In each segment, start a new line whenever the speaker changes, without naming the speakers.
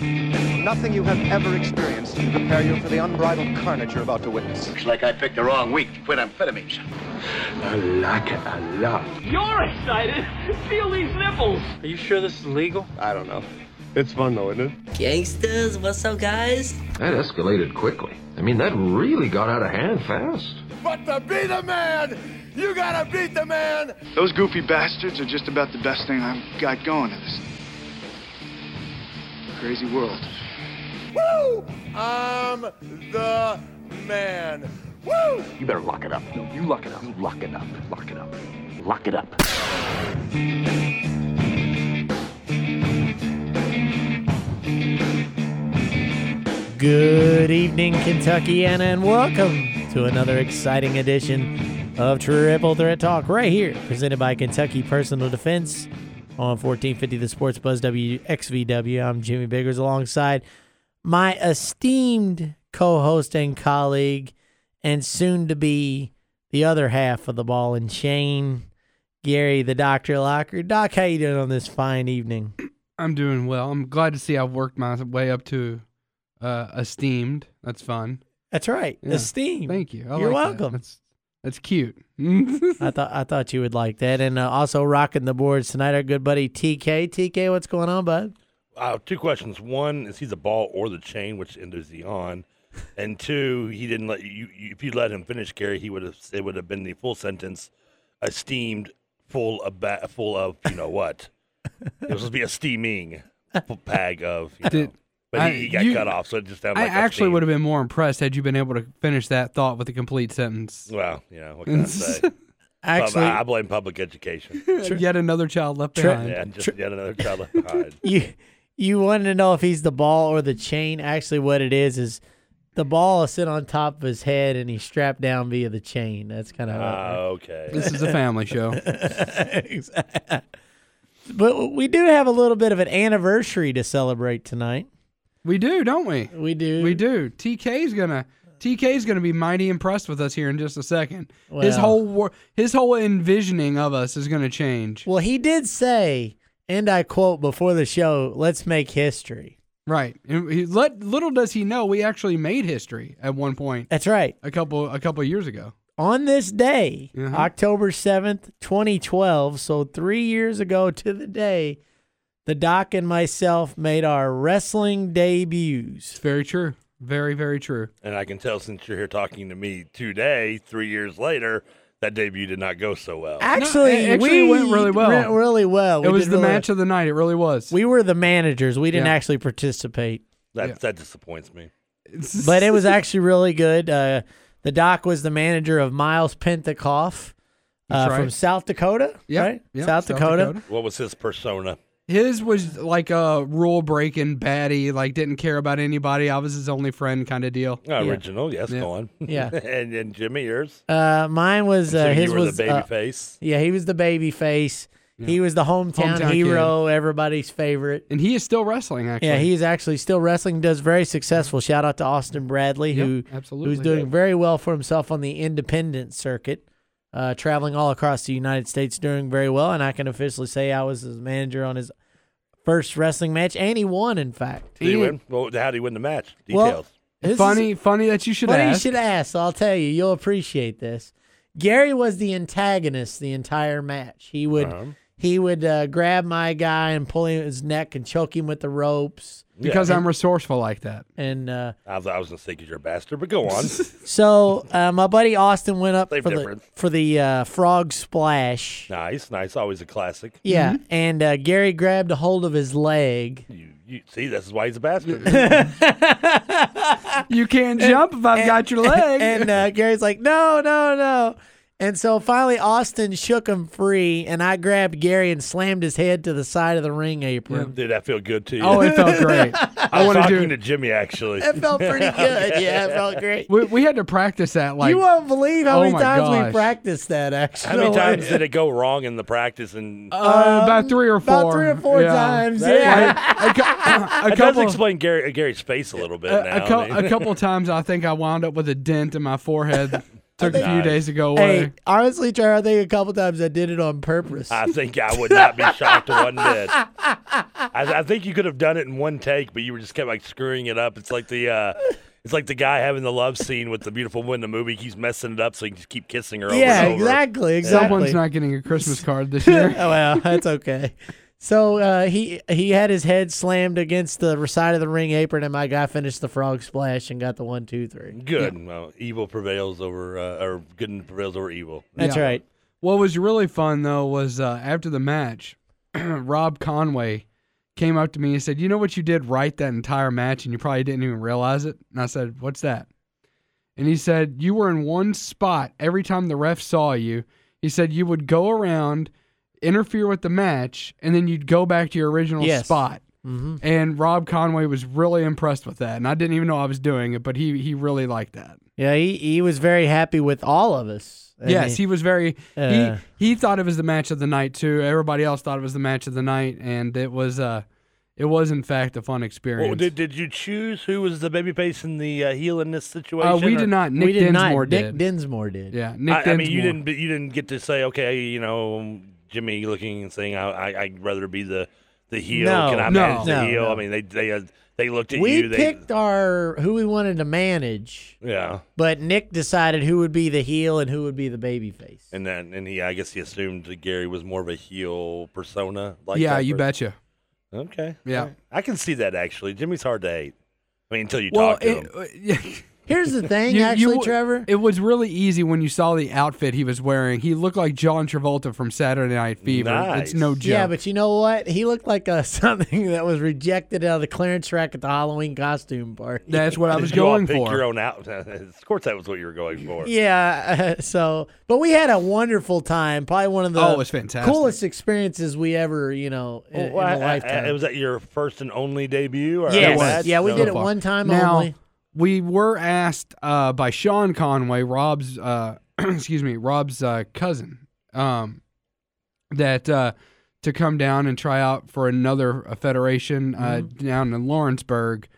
Nothing you have ever experienced can prepare you for the unbridled carnage you're about to witness.
Looks like I picked the wrong week to quit amphetamines.
I like it a lot.
You're excited. Feel these nipples.
Are you sure this is legal?
I don't know. It's fun though, isn't it?
Gangsters, what's up, guys?
That escalated quickly. I mean, that really got out of hand fast.
But to be the man, you gotta beat the man.
Those goofy bastards are just about the best thing I've got going in this crazy world.
Woo! I'm the man. Woo!
You better lock it up. No, you lock it up. You lock it up. Lock it up. Lock it up.
Good evening, Kentuckiana, and welcome to another exciting edition of Triple Threat Talk right here, presented by Kentucky Personal Defense on 1450 The Sports Buzz WXVW. I'm Jimmy Biggers alongside my esteemed co host and colleague, and soon to be the other half of the ball and chain, Gary the Doctor Locker. Doc, how you doing on this fine evening?
I'm doing well. I'm glad to see I've worked my way up to uh, esteemed. That's fun.
That's right. Yeah. Esteemed.
Thank you. I
You're
like
welcome.
That. That's, that's cute.
I thought I thought you would like that, and uh, also rocking the boards tonight. Our good buddy TK. TK, what's going on, bud?
Uh, two questions. One is he's a ball or the chain, which enders the on, and two, he didn't let you. you if you let him finish, Gary, he would have. It would have been the full sentence, esteemed, full of ba- full of you know what. it was supposed to be a steaming bag of. You know. Did, but I, he, got you, cut off, so it just sounded
I
like
actually
would
have been more impressed had you been able to finish that thought with a complete sentence.
Well, you know, what can I say?
actually,
I, I blame public education.
yet another child left behind.
yeah, just yet another child left behind.
you you wanted to know if he's the ball or the chain. Actually, what it is is the ball is sit on top of his head and he's strapped down via the chain. That's kind of
ah, okay.
This is a family show.
exactly. But we do have a little bit of an anniversary to celebrate tonight.
We do, don't we?
We do.
We do. TK's gonna TK's gonna be mighty impressed with us here in just a second. Well, his whole wor- his whole envisioning of us is gonna change.
Well, he did say, and I quote before the show, "Let's make history."
Right. And he, let, little does he know we actually made history at one point.
That's right.
A couple a couple years ago.
On this day, uh-huh. October 7th, 2012, so 3 years ago to the day, the doc and myself made our wrestling debuts.
It's very true. Very, very true.
And I can tell since you're here talking to me today, three years later, that debut did not go so well.
Actually,
no, actually
we
went really well.
Went really well.
It
we
was the
really
match
well.
of the night. It really was.
We were the managers. We didn't yeah. actually participate.
That yeah. that disappoints me.
but it was actually really good. Uh, the doc was the manager of Miles Pentakoff uh,
right.
from South Dakota.
Yeah,
right?
yeah.
South,
South
Dakota.
Dakota.
What was his persona?
His was like a rule breaking baddie, like didn't care about anybody. I was his only friend kind of deal.
Uh, original, yes,
Yeah.
go on.
Yeah.
and and Jimmy, yours.
Uh, mine was uh,
So
his
you were
was
the baby
uh,
face.
yeah, he was the baby face. He was the hometown,
Hometown
hero, everybody's favorite.
And he is still wrestling, actually.
Yeah, he's actually still wrestling. Does very successful. Shout out to Austin Bradley,
Yep,
who
absolutely.
who's doing very well for himself on the independent circuit, uh, traveling all across the United States, doing very well. And I can officially say I was his manager on his first wrestling match, and he won. In fact,
Did he win? Well, how did he win the match?
Well,
Details.
this is-
funny, funny that you should
funny
ask.
you should ask. I'll tell you, you'll appreciate this. Gary was the antagonist the entire match. He would
Um.
he would uh, grab my guy and pull him his neck and choke him with the ropes.
because
Yeah.
I'm resourceful like that.
And uh,
I was, I was gonna say because you're a bastard, but go on.
so uh, my buddy Austin went up
Same
for the
difference.
for the uh, frog splash.
nice, nice. Always a classic.
Yeah,
Mm-hmm.
and uh, Gary grabbed a hold of his leg.
You, you see, this is why he's a bastard.
You can't jump if I've got your leg.
and uh, Gary's like, no, no, no. And so finally, Austin shook him free, and I grabbed Gary and slammed his head to the side of the ring apron.
Did that feel good to you?
oh, it felt great. I
I was
want
talking
to
to
do.
Jimmy actually.
That felt pretty good. Yeah, it felt great.
We, we had to practice that. Like
you won't believe how
oh
many
my
times we
gosh.
practiced that, actually.
How many times did it go wrong in the practice? And
uh, about three or four.
Um, About three or four
Yeah.
times.
That-
Yeah.
Like, a, cou- a
that does
couple.
explain Gary, uh, Gary's face a little bit
a,
now.
a cou-
I mean.
a couple times, I think I wound up with a dent in my forehead. Took a few days to go away.
Hey, honestly, Trevor, I think a couple times I did it on purpose.
I think I would not be shocked one bit. I, I think you could have done it in one take, but you were just kept like screwing it up. It's like the uh, it's like the guy having the love scene with the beautiful woman in the movie. He's messing it up so he can just keep kissing her. Over
yeah,
and over.
exactly, exactly.
Someone's not getting a Christmas card this year.
oh well, that's okay. So uh, he he had his head slammed against the side of the ring apron, and my guy finished the frog splash and got the one, two, three.
Good. Well, evil prevails over, uh, or good prevails over evil.
That's
Yeah.
right.
What was really fun though was uh, after the match, Rob Conway came up to me and said, "You know what you did right that entire match, and you probably didn't even realize it." And I said, "What's that?" And he said, "You were in one spot every time the ref saw you." He said, "You would go around, interfere with the match, and then you'd go back to your original
Yes.
spot."
Mm-hmm.
And Rob Conway was really impressed with that, and I didn't even know I was doing it, but he he really liked that.
Yeah, he, he was very happy with all of us. I
yes,
mean,
he was very.
Uh,
he he thought it was the match of the night too. Everybody else thought it was the match of the night, and it was uh, it was in fact a fun experience.
Well, did, did you choose who was the babyface and the uh, heel in this situation?
uh, we
or-
did not. Nick
we did
Dinsmore
not.
did.
Nick Dinsmore did.
yeah, Nick
I, I mean, you
Dinsmore.
didn't. You didn't get to say, okay, you know, Jimmy looking and saying, I, I, I'd rather be the the heel.
No,
Can I
no,
manage the
no,
heel?
no.
I mean, they they uh, they looked at
we
you. They,
picked our who we wanted to manage,
yeah,
but Nick decided who would be the heel and who would be the baby face.
and then and he, I guess he assumed that Gary was more of a heel persona. Like
yeah,
that
you
person.
betcha.
Okay,
Yeah.
Alright. I can see that actually. Jimmy's hard to hate. I mean, until you
Well,
talk to
it,
him.
uh, yeah,
Here's the thing,
You- you
actually,
w-
Trevor.
it was really easy when you saw the outfit he was wearing. He looked like John Travolta from Saturday Night Fever. It's
Nice.
no joke.
Yeah, but you know what? He looked like uh something that was rejected out of the clearance rack at the Halloween costume party.
that's what I was
Did you all
going
pick
for.
your own out. of course, that was what you were going for.
Yeah, uh, so but we had a wonderful time. Probably one of the
Oh, it was fantastic.
coolest experiences we ever, you know, in, in
Well, I-
a
I-
lifetime.
I- was that your first and only debut? Or
Yes.
or
was.
that's-
Yeah, we
no.
did it
far.
one time
now,
only.
We were asked uh, by Sean Conway, Rob's, uh, excuse me, Rob's uh, cousin, um, that uh, to come down and try out for another uh, federation uh,
Mm-hmm.
down in Lawrenceburg,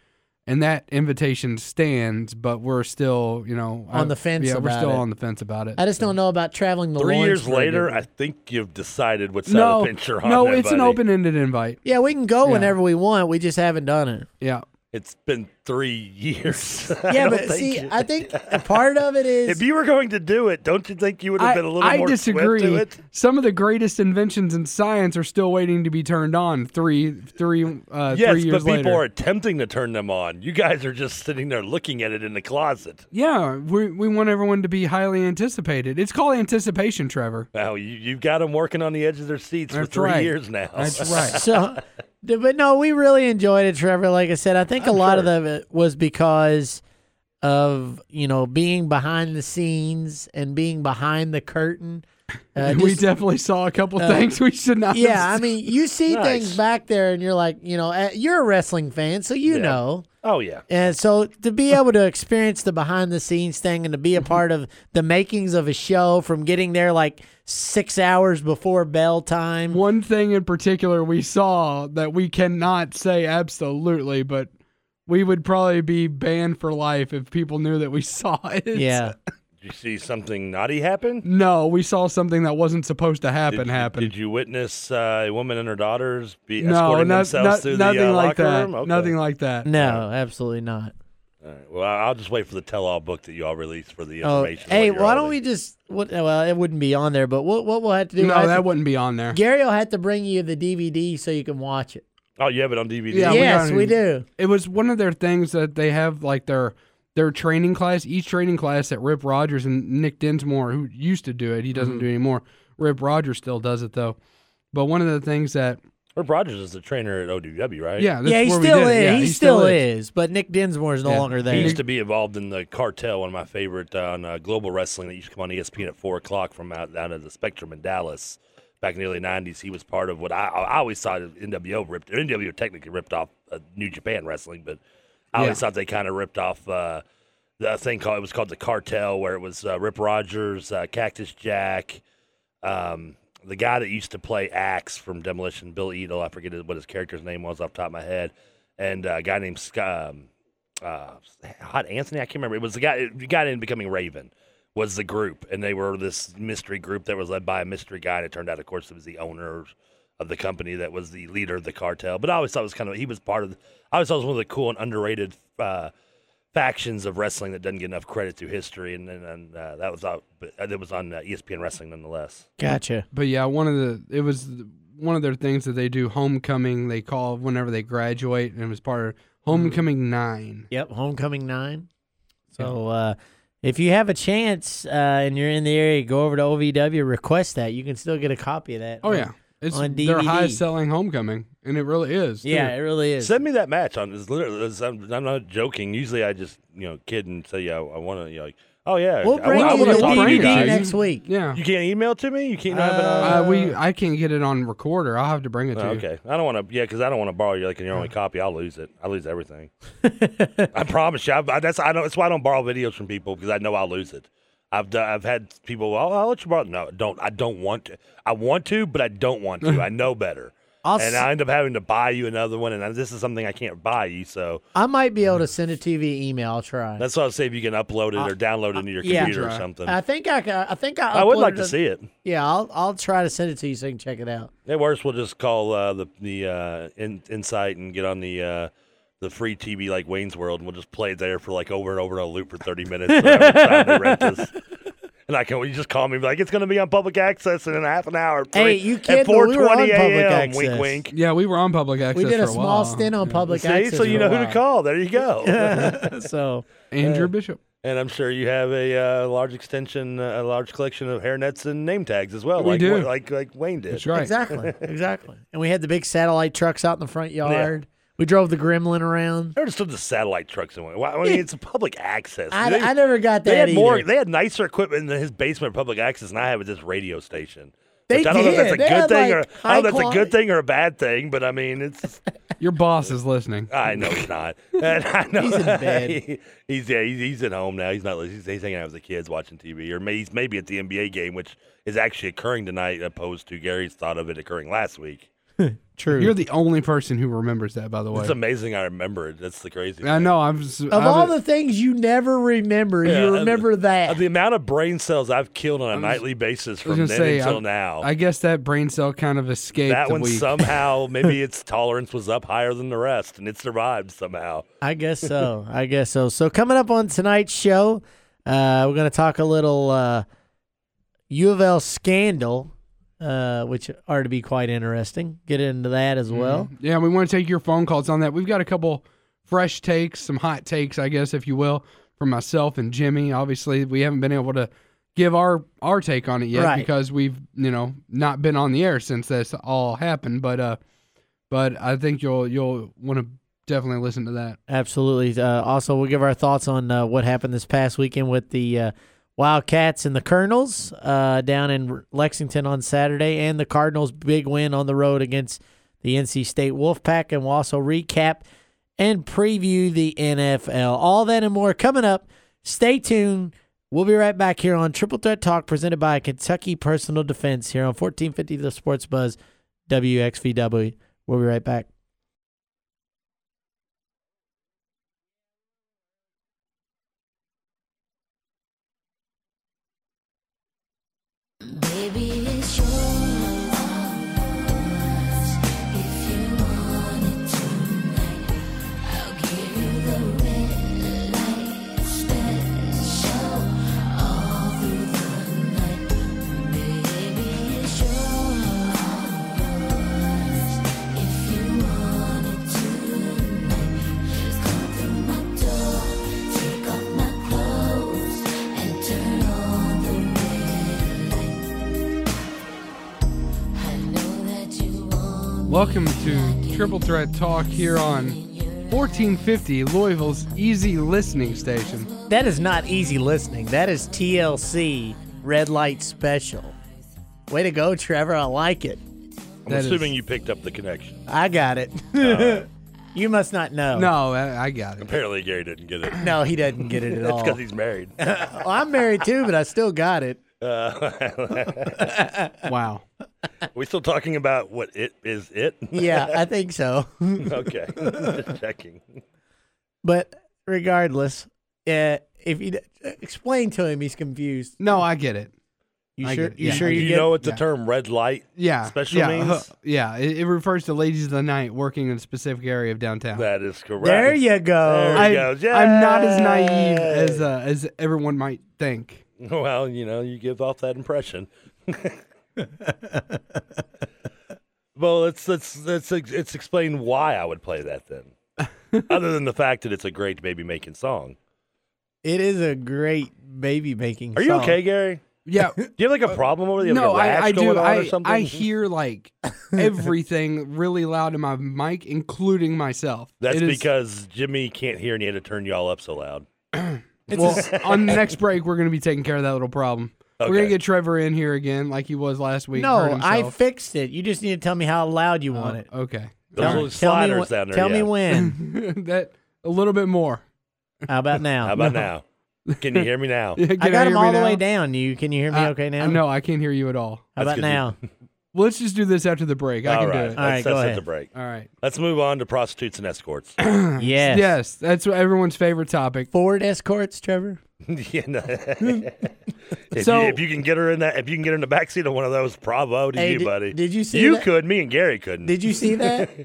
and that invitation stands, but we're still, you know,
On
I-
the fence
Yeah, we're
about
still
it.
on the fence about it.
I just don't know about traveling the
Three years
Lawrenceburg
later,
area.
I think you've decided what side
no,
of the fence you're on.
no,
there,
it's an
buddy.
open-ended invite.
yeah, we can go
Yeah.
whenever we want. We just haven't done it.
Yeah,
It's been three years.
Yeah, but see, I think a part of it is
if you were going to do it, don't you think you would have been a little more
disagree. uh,
swift to it?
Some of the greatest inventions in science are still waiting to be turned on. Three, three, uh,
Yes,
three
but
years
people
later.
are attempting to turn them on. You guys are just sitting there looking at it in the closet.
yeah, we we want everyone to be highly anticipated. It's called anticipation, Trevor.
Now you, you've got them working on the edge of their seats for
That's
three
right.
years now.
That's right.
so d- but no we really enjoyed it trevor like i said i think a lot of it was because of you know being behind the scenes and being behind the curtain uh,
we
just- uh,
definitely saw a couple things we should not.
yeah i
have
mean you see
Nice.
things back there and you're like you know uh, you're a wrestling fan so you
Yeah.
know
Oh yeah.
and so to be able to experience the behind the scenes thing and to be a part of the makings of a show from getting there like six hours before bell time
seen. one thing in particular we saw that we cannot say absolutely, but we would probably be banned for life if people knew that we saw it.
yeah
Did you see something naughty happen?
No, we saw something that wasn't supposed to happen
Did you-
happen.
Did you witness uh, a woman and her daughters be
no,
escorting
no,
themselves
no-
through
nothing
the uh,
like
locker
that.
room? Okay.
Nothing like that.
no
uh,
absolutely not
All right. Well, I- I'll just wait for the tell-all book that y'all release for the
Oh,
information.
hey,
what you're
why don't we
holding.
just? What, well, it wouldn't be on there, but what what we'll have to do?
no,
I have
that
to-
wouldn't be on there.
Gary will have to bring you the DVD so you can watch it.
Oh, you have it on DVD.
Yeah, we
yes,
got
we
it.
do.
It was one of their things that they have like their their training class. Each training class that Rip Rogers and Nick Dinsmore, who used to do it, he
Mm-hmm.
doesn't do it anymore. Rip Rogers still does it though. But one of the things that
Herb Rogers is the trainer at OWW, right?
yeah, that's
yeah, he
where we
still
did
is.
it. Yeah,
he, still, is. But Nick Dinsmore is no
Yeah.
longer
He
there.
used to be involved in the cartel, one of my favorite uh, on uh, Global Wrestling that used to come on E ESPN at four o'clock from out down at the Spectrum in Dallas back in the early '90s. He was part of what I, I always thought of NWO ripped. NWO technically ripped off uh, New Japan Wrestling, but I always
Yeah.
thought they kind of ripped off uh, the thing called it was called the cartel, where it was uh, Rip Rogers, uh, Cactus Jack. um, the guy that used to play Axe from Demolition, Bill Edel. I forget his- what his character's name was off the top of my head, and uh, a guy named Sky, um, uh, Hot Anthony. I can't remember. It was the guy. It got in becoming Raven. was the group, and they were this mystery group that was led by a mystery guy. And it turned out, of course, it was the owner of the company that was the leader of the cartel. But I always thought it was kind of he was part of. The, I always thought it was one of the cool and underrated uh, factions of wrestling that doesn't get enough credit through history, and and, and uh, that was out. But that was on uh, ESPN Wrestling, nonetheless.
Gotcha.
But yeah, one of the it was one of their things that they do homecoming. They call whenever they graduate, and it was part of
Mm-hmm.
homecoming nine.
Yep, homecoming nine. So uh, if you have a chance uh, and you're in the area, go over to OVW, request that. You can still get a copy of that.
Oh
on-
yeah, it's
on DVD.
their highest selling homecoming, and it really is. too.
yeah, it really is.
Send me that match on. It's literally. it's- I'm, I'm not joking. Usually, I just you know kid and say, yeah, I, want to. You know, like, oh yeah,
We'll
I,
bring
I,
you
wanna
the
talk to you
DVD
guys.
next week.
yeah.
You can't email it to me. You can't have it. on-
Uh, we I can't get it on recorder. I'll have to bring it to
Oh,
you.
okay, I don't want to. Yeah, because I don't want to borrow your like your only copy. I'll lose it. I lose everything. I promise you. I, I, that's I don't. That's why I don't borrow videos from people because I know I'll lose it. I've done, I've had people. Well, I'll let you borrow. No, don't. I don't want to. I want to, but I don't want to. I know better.
I'll s-
and I end up having to buy you another one, and I, this is something I can't buy you. So
I might be able to send it to you via email. I'll try.
that's why I say if you can upload it or download it into your
yeah.
computer or
Try.
something.
I think I ca- I think I.
I would
uploaded
like to
it-
see it.
Yeah, I'll I'll try to send it to you so you can check it out.
At worst, we'll just call uh, the the uh, in, insight and get on the uh, the free TV like Wayne's World, and we'll just play it there for like over and over on a loop for thirty minutes. whatever time they rent us. And I can well, you just call me and be like it's going to be on public access in a half an hour. at
Hey,
three-
you
at
kid, but we were on
4:20
public
a.m.
access.
Wink, wink.
Yeah, we were on public access.
We did a,
for a
small
while.
stint on
Yeah.
public
See,
access.
so you
for
know
a
who to
while.
call. There you go.
so
Andrew Bishop.
and I'm sure you have a uh, large extension, uh, a large collection of hairnets and name tags as well.
We
like,
do.
Wa- like like Wayne did.
That's right.
exactly, exactly. And we had the big satellite trucks out in the front yard. We drove the gremlin around.
I understood the satellite trucks and went. Why, I mean, it's public access.
I,
They-
I never got that.
They had more.
either.
They had nicer equipment than his basement public access, and I have at this radio station.
They
Which I don't know if that's a
did. They
good
had,
thing
like,
or I don't know if that's a
high-quality-
good thing or a bad thing, but I mean, it's.
Your boss is listening.
I know he's not. And I know
He's in bed.
he- he's yeah. He's, he's at home now. He's not. He's, he's hanging out with the kids, watching TV, or may, he's maybe at the NBA game, which is actually occurring tonight, opposed to Gary's thought of it occurring last week.
True.
You're the only person who remembers that, by the way.
It's amazing. I remember it. That's the crazy.
I
thing.
know. I'm. s-
of
I've-
all the things you never remember,
Yeah,
you
and-
remember
Uh,
that.
The amount of brain cells I've killed on a
was-
nightly basis
I was
from
gonna
then
say,
until
I,
now.
I guess that brain cell kind of escaped
that
the
one
week.
somehow maybe its tolerance was up higher than the rest and it survived somehow
I guess so. I guess so. So coming up on tonight's show, uh, we're going to talk a little uh, U of L scandal, uh, which are to be quite interesting. Get into that as well.
Yeah, we want to take your phone calls on that. We've got a couple fresh takes, some hot takes, I guess, if you will, from myself and Jimmy. Obviously, we haven't been able to give our our take on it yet
Right.
because we've you know not been on the air since this all happened. But uh, but I think you'll you'll want to definitely listen to that.
Absolutely. Uh, also, we'll give our thoughts on uh, what happened this past weekend with the uh, Wildcats and the Colonels uh, down in Lexington on Saturday, and the Cardinals' big win on the road against the NC State Wolfpack. And we'll also recap and preview the NFL. All that and more coming up. Stay tuned. We'll be right back here on Triple Threat Talk, presented by Kentucky Personal Defense here on 1450 The Sports Buzz, WXVW. We'll be right back.
Baby, it's your loss. If you want it tonight, I'll give you the red light special all through the night. Baby, it's your loss. If you want it tonight, just come through my door, take off my clothes, and turn on the red light.
Welcome to Triple Threat Talk here on 1450 Louisville's easy listening station.
That is not easy listening. That is TLC Red Light Special. Way to go, Trevor. I like it.
i'm
That
assuming
is-
you picked up the connection
I got it. you must not know.
No, I, I got it.
apparently gary didn't get it
No, he doesn't get it at
it's
all.
because he's married
Well, I'm married too, but I still got it.
Wow.
Uh, we still talking about what it is it
Yeah, I think so.
okay just checking
But regardless, uh, if you explain to him, he's confused.
No, I get it.
You
I
sure?
get it.
You
Yeah.
sure
Do
you,
you
get
know what the
yeah.
term red light
Yeah.
special
yeah,
means?
huh, yeah. It, it refers to ladies of the night working in a specific area of downtown.
That is correct.
There you go.
There
I,
he goes.
I'm not as naive
Yay.
as uh, as everyone might think.
Well, you know, you give off that impression. well, let's let's let's ex- let's explain why I would play that then, other than the fact that it's a great baby making song.
It is a great baby making.
Are you okay, Gary?
Yeah.
Do you have like a problem over there? You have,
Uh, no,
like, a rash
I, I
going
do.
on
I,
or something? Mm-hmm.
I hear like everything really loud in my mic, including myself.
That's
It is-
because Jimmy can't hear and he had to turn y'all up so loud.
well, on the next break, we're going to be taking care of that little problem. We're going
Okay.
to get Trevor in here again, like he was last week.
No,
hurt
I
himself.
fixed it. You just need to tell me how loud you want it.
Okay.
Those
Tell-
little
tell me
sliders
wh-
down there.
Tell me
yeah.
when.
that a little bit more.
How about
Oh,
now?
How about now? Can you hear me now?
Can
I got
hear
him
me
all the
now?
way down. You can you hear me
I-
okay now?
No, I can't hear you at all.
How
That's
about
good.
now?
Well, let's just do this after the break. I
All
can
right.
do it.
All right,
Let's,
go
let's hit
ahead.
the break.
All right.
Let's move on to prostitutes and escorts.
yes.
Yes, that's what everyone's favorite topic.
Ford escorts, Trevor.
You know. if,
So-
you, if you can get her in that, if you can get her in the backseat of one of those, bravo to
Hey,
you,
di-
buddy.
did you see
You
that?
could. Me and Gary couldn't.
Did you see that?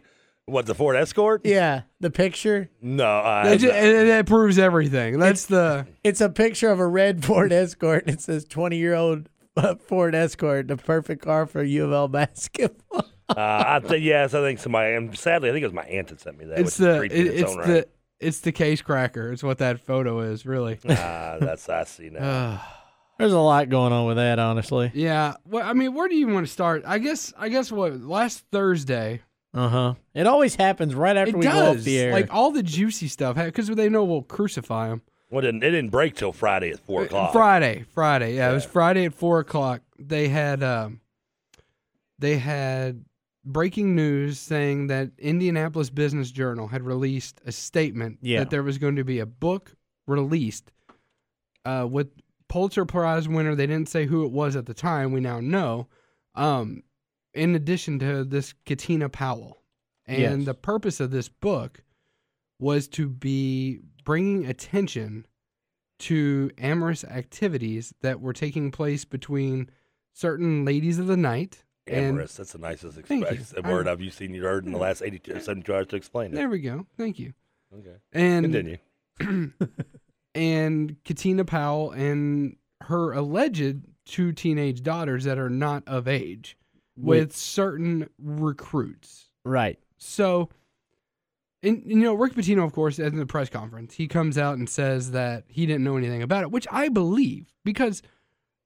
What the Ford Escort?
yeah, the picture.
No, I,
That, ju- and that proves everything. That's the
It's a picture of a red Ford Escort, and it says twenty-year-old uh, Ford Escort, the perfect car for U of L basketball.
uh, I think yes, I think somebody. And sadly, I think it was my aunt that sent me that.
it's
which is
the
creepy in
it-
its,
it's
own
the it's the case cracker. It's what that photo is really.
right. Ah, that's I see now.
Uh.
There's a lot going on with that, honestly.
yeah. Well, I mean, where do you want to start? I guess I guess what last Thursday
Uh huh. It always happens right after
it
we go off
does
the air.
like all the juicy stuff because they know we'll crucify them.
Well, it didn't, it didn't break till Friday at four o'clock.
Friday, Friday. Yeah, it was Friday at four o'clock. They had um, they had breaking news saying that Indianapolis Business Journal had released a statement
Yeah.
that there was going to be a book released uh, with Pulitzer Prize winner. They didn't say who it was at the time. We now know. Um, in addition to this, Katina Powell, and
Yes.
the purpose of this book was to be bringing attention to amorous activities that were taking place between certain ladies of the night.
Amorous. That's the nicest
Thank you.
express, word
I-
I've you seen you heard in the last 82, or 72 hours to explain
And,
it.
there we go. Thank you.
Okay.
And
Continue.
and Katina Powell and her alleged two teenage daughters that are not of age with certain recruits.
right.
So, and you know, Rick Pitino, of course, at the press conference, he comes out and says that he didn't know anything about it, which I believe because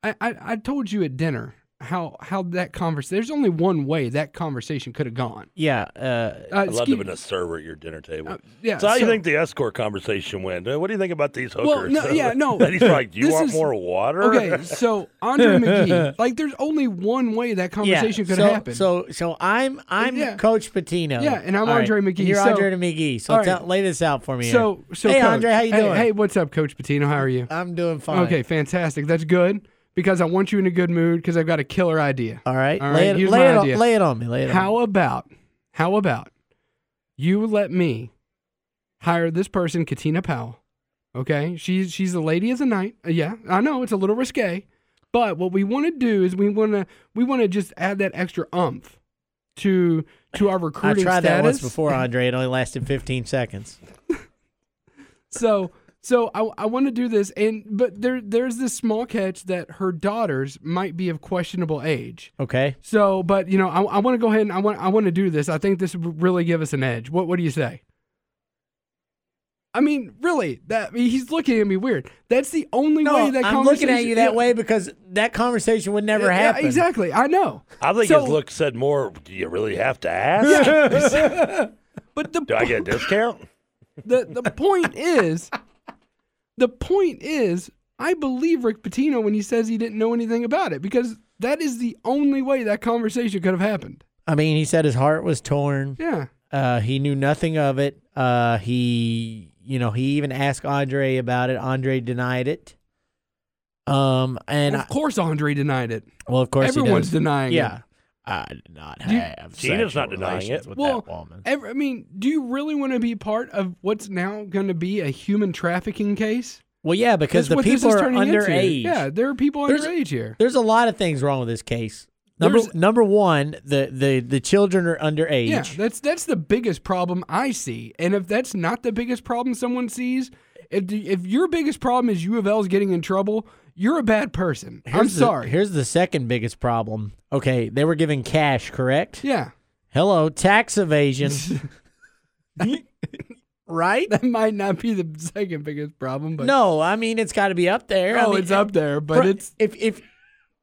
I, I, I told you at dinner how how that conversation. There's only one way that conversation could have gone.
Yeah. Uh,
Uh,
I'd love to
excuse-
have been a server at your dinner table.
uh, yeah.
so how do you
so-
think the escort conversation went? Uh, What do you think about these
Well,
hookers?
no, yeah, no.
and he's like, "Do you
This
want
is-
more water?"
Okay, so Andre McGee, like, there's only one way that conversation could
so,
have happened.
So, so I'm I'm
Yeah.
Coach Patino.
Yeah, and I'm
All
Andre McGee,
and You're
so-
Andre McGee. So
All right.
tell, lay this out for me. here.
so, so
hey
Coach,
Andre, how you
hey,
doing?
Hey, what's up, Coach Patino? How are you?
I'm doing fine.
Okay, fantastic. That's good because I want you in a good mood because I've got a killer idea.
All right.
All
lay
right,
it,
here's
lay
my
it on,
idea.
lay it on me. Lay it on.
How about, how about you let me hire this person, Katina Powell? Okay, she's she's the lady of the night. Uh, Yeah, I know it's a little risque, but what we want to do is we want to we want to just add that extra umph to to our
I
recruiting.
tried that once
status.
before, Andre. It only lasted 15 seconds.
So so I, I want to do this and but there there's this small catch that her daughters might be of questionable age.
Okay.
So but you know I, I want to go ahead and I want I want to do this. I think this would really give us an edge. What what do you say? I mean, really, that I mean, he's looking at me weird. That's the only way that
I'm looking at
conversation-
you that
yeah,
way because that conversation would never
yeah,
happen.
Exactly. I know.
I think
So-
his look said more. Do you really have to ask?
But the
do I get a discount?
the the point is, the point is, I believe Rick Pitino when he says he didn't know anything about it because that is the only way that conversation could have happened.
I mean, he said his heart was torn.
Yeah,
Uh, he knew nothing of it. Uh, he, you know, he even asked Andre about it. Andre denied it. Um, and
of
I-
course Andre denied it.
well, of course,
Everyone's
he does.
denying
Yeah,
it.
I did not
you-
have.
Gina's
sexual
not denying
relations
it.
With
Well,
that woman.
Every, I mean, do you really want to be part of what's now going to be a human trafficking case?
Well, yeah, because
That's
the
what this
people
is
are
turning into.
underage.
Yeah, there are people underage here.
There's a lot of things wrong with this case. Number
There's-
number one, the, the the children are underage.
Yeah, that's that's the biggest problem I see. And if that's not the biggest problem someone sees, if the, if your biggest problem is U of L's getting in trouble, you're a bad person. I'm
Here's the-
sorry.
here's the second biggest problem. Okay, they were given cash, correct?
Yeah.
Hello, tax evasion. right?
That might not be the second biggest problem, but
no, I mean it's got to be up there. I
Oh,
mean,
it's up there, but
fr-
it's
if if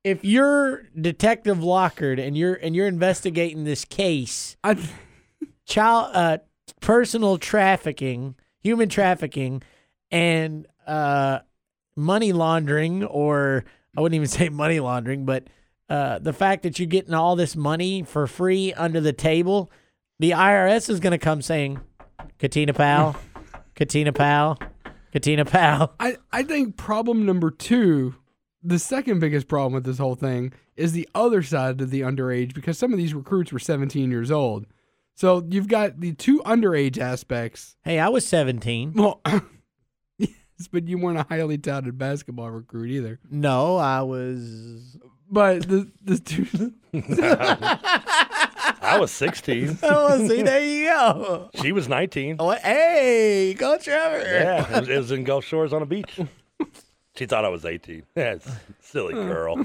if you're Detective Lockard and you're and you're investigating this case, child uh, personal trafficking, human trafficking, and uh, money laundering, or I wouldn't even say money laundering, but uh, the fact that you're getting all this money for free under the table, the IRS is going to come saying, Katina Powell, Katina Powell, Katina Powell.
I, I think problem number two, the second biggest problem with this whole thing, is the other side of the underage because some of these recruits were 17 years old. So you've got the two underage aspects.
Hey, I was 17.
Well, yes, but you weren't a highly touted basketball recruit either.
No, I was.
But the, the two.
I was 16.
Oh, see, there you go.
She was 19.
Oh, hey, go Trevor.
Yeah, it was, it was in Gulf Shores on a beach. She thought I was 18. Yeah, silly
Oh.
girl.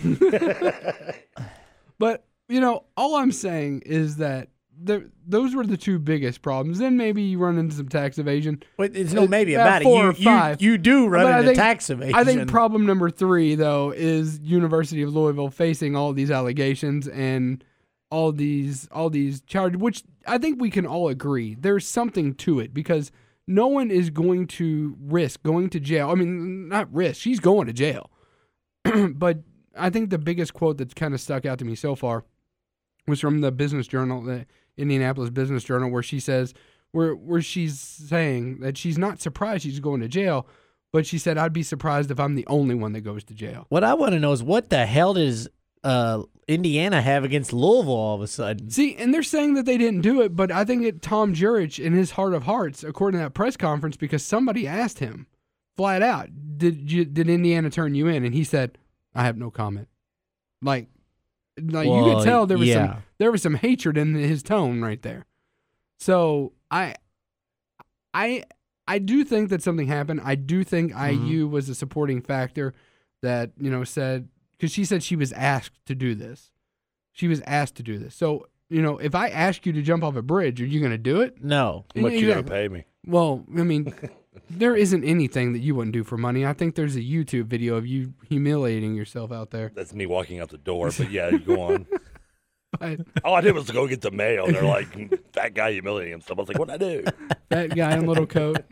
But you know, all I'm saying is that the, those were the two biggest problems. Then maybe you run into some tax evasion.
Wait, there's no maybe
Uh,
about it.
four
You-
or
you-
five.
you do run
But I
into
think-
tax
I
evasion.
think problem number three though is University of Louisville facing all these allegations and all these all these charges, which I think we can all agree there's something to it because no one is going to risk going to jail. I mean, not risk. She's going to jail. but I think the biggest quote that's kind of stuck out to me so far was from the Business Journal, the Indianapolis Business Journal, where she says, where where she's saying that she's not surprised she's going to jail, but she said, "I'd be surprised if I'm the only one that goes to jail."
What I want to know is what the hell does uh, Indiana have against Louisville all of a sudden?
See, and they're saying that they didn't do it, but I think it Tom Jurich in his heart of hearts, according to that press conference, because somebody asked him flat out, "Did you, did Indiana turn you in?" And he said, "I have no comment." Like, like you
Well,
could tell there was
yeah.
some there was some hatred in his tone right there. So I, I, I do think that something happened. I do think IU
Mm-hmm.
was a supporting factor that you know said because she said she was asked to do this. She was asked to do this. So you know, if I ask you to jump off a bridge, are you going to do it?
No.
What you gonna
Exactly.
pay me?
Well, I mean, there isn't anything that you wouldn't do for money. I think there's a YouTube video of you humiliating yourself out there.
That's me walking out the door. But yeah, you go on.
But
All I did was go get the mail. They're like, "Mm, that guy humiliating himself. I was like, what'd I do?
that guy in a little coat.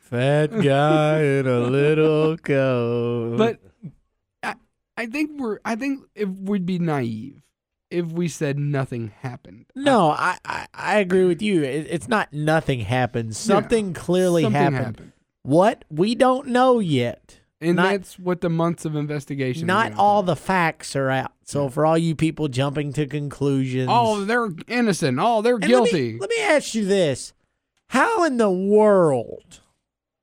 Fat guy in a little coat.
But I, I think we're. I think if we'd be naive if we said nothing happened.
no, I, I, I agree with you. It, it's not nothing happened. Something clearly
something
happened.
happened.
What? We don't know yet.
And
Not-
that's what the months of investigation. are
Not
gonna-
all the facts are out. So for all you people jumping to conclusions.
Oh, they're innocent. Oh, they're
And let me-
guilty.
Let me, ask you this: How in the world?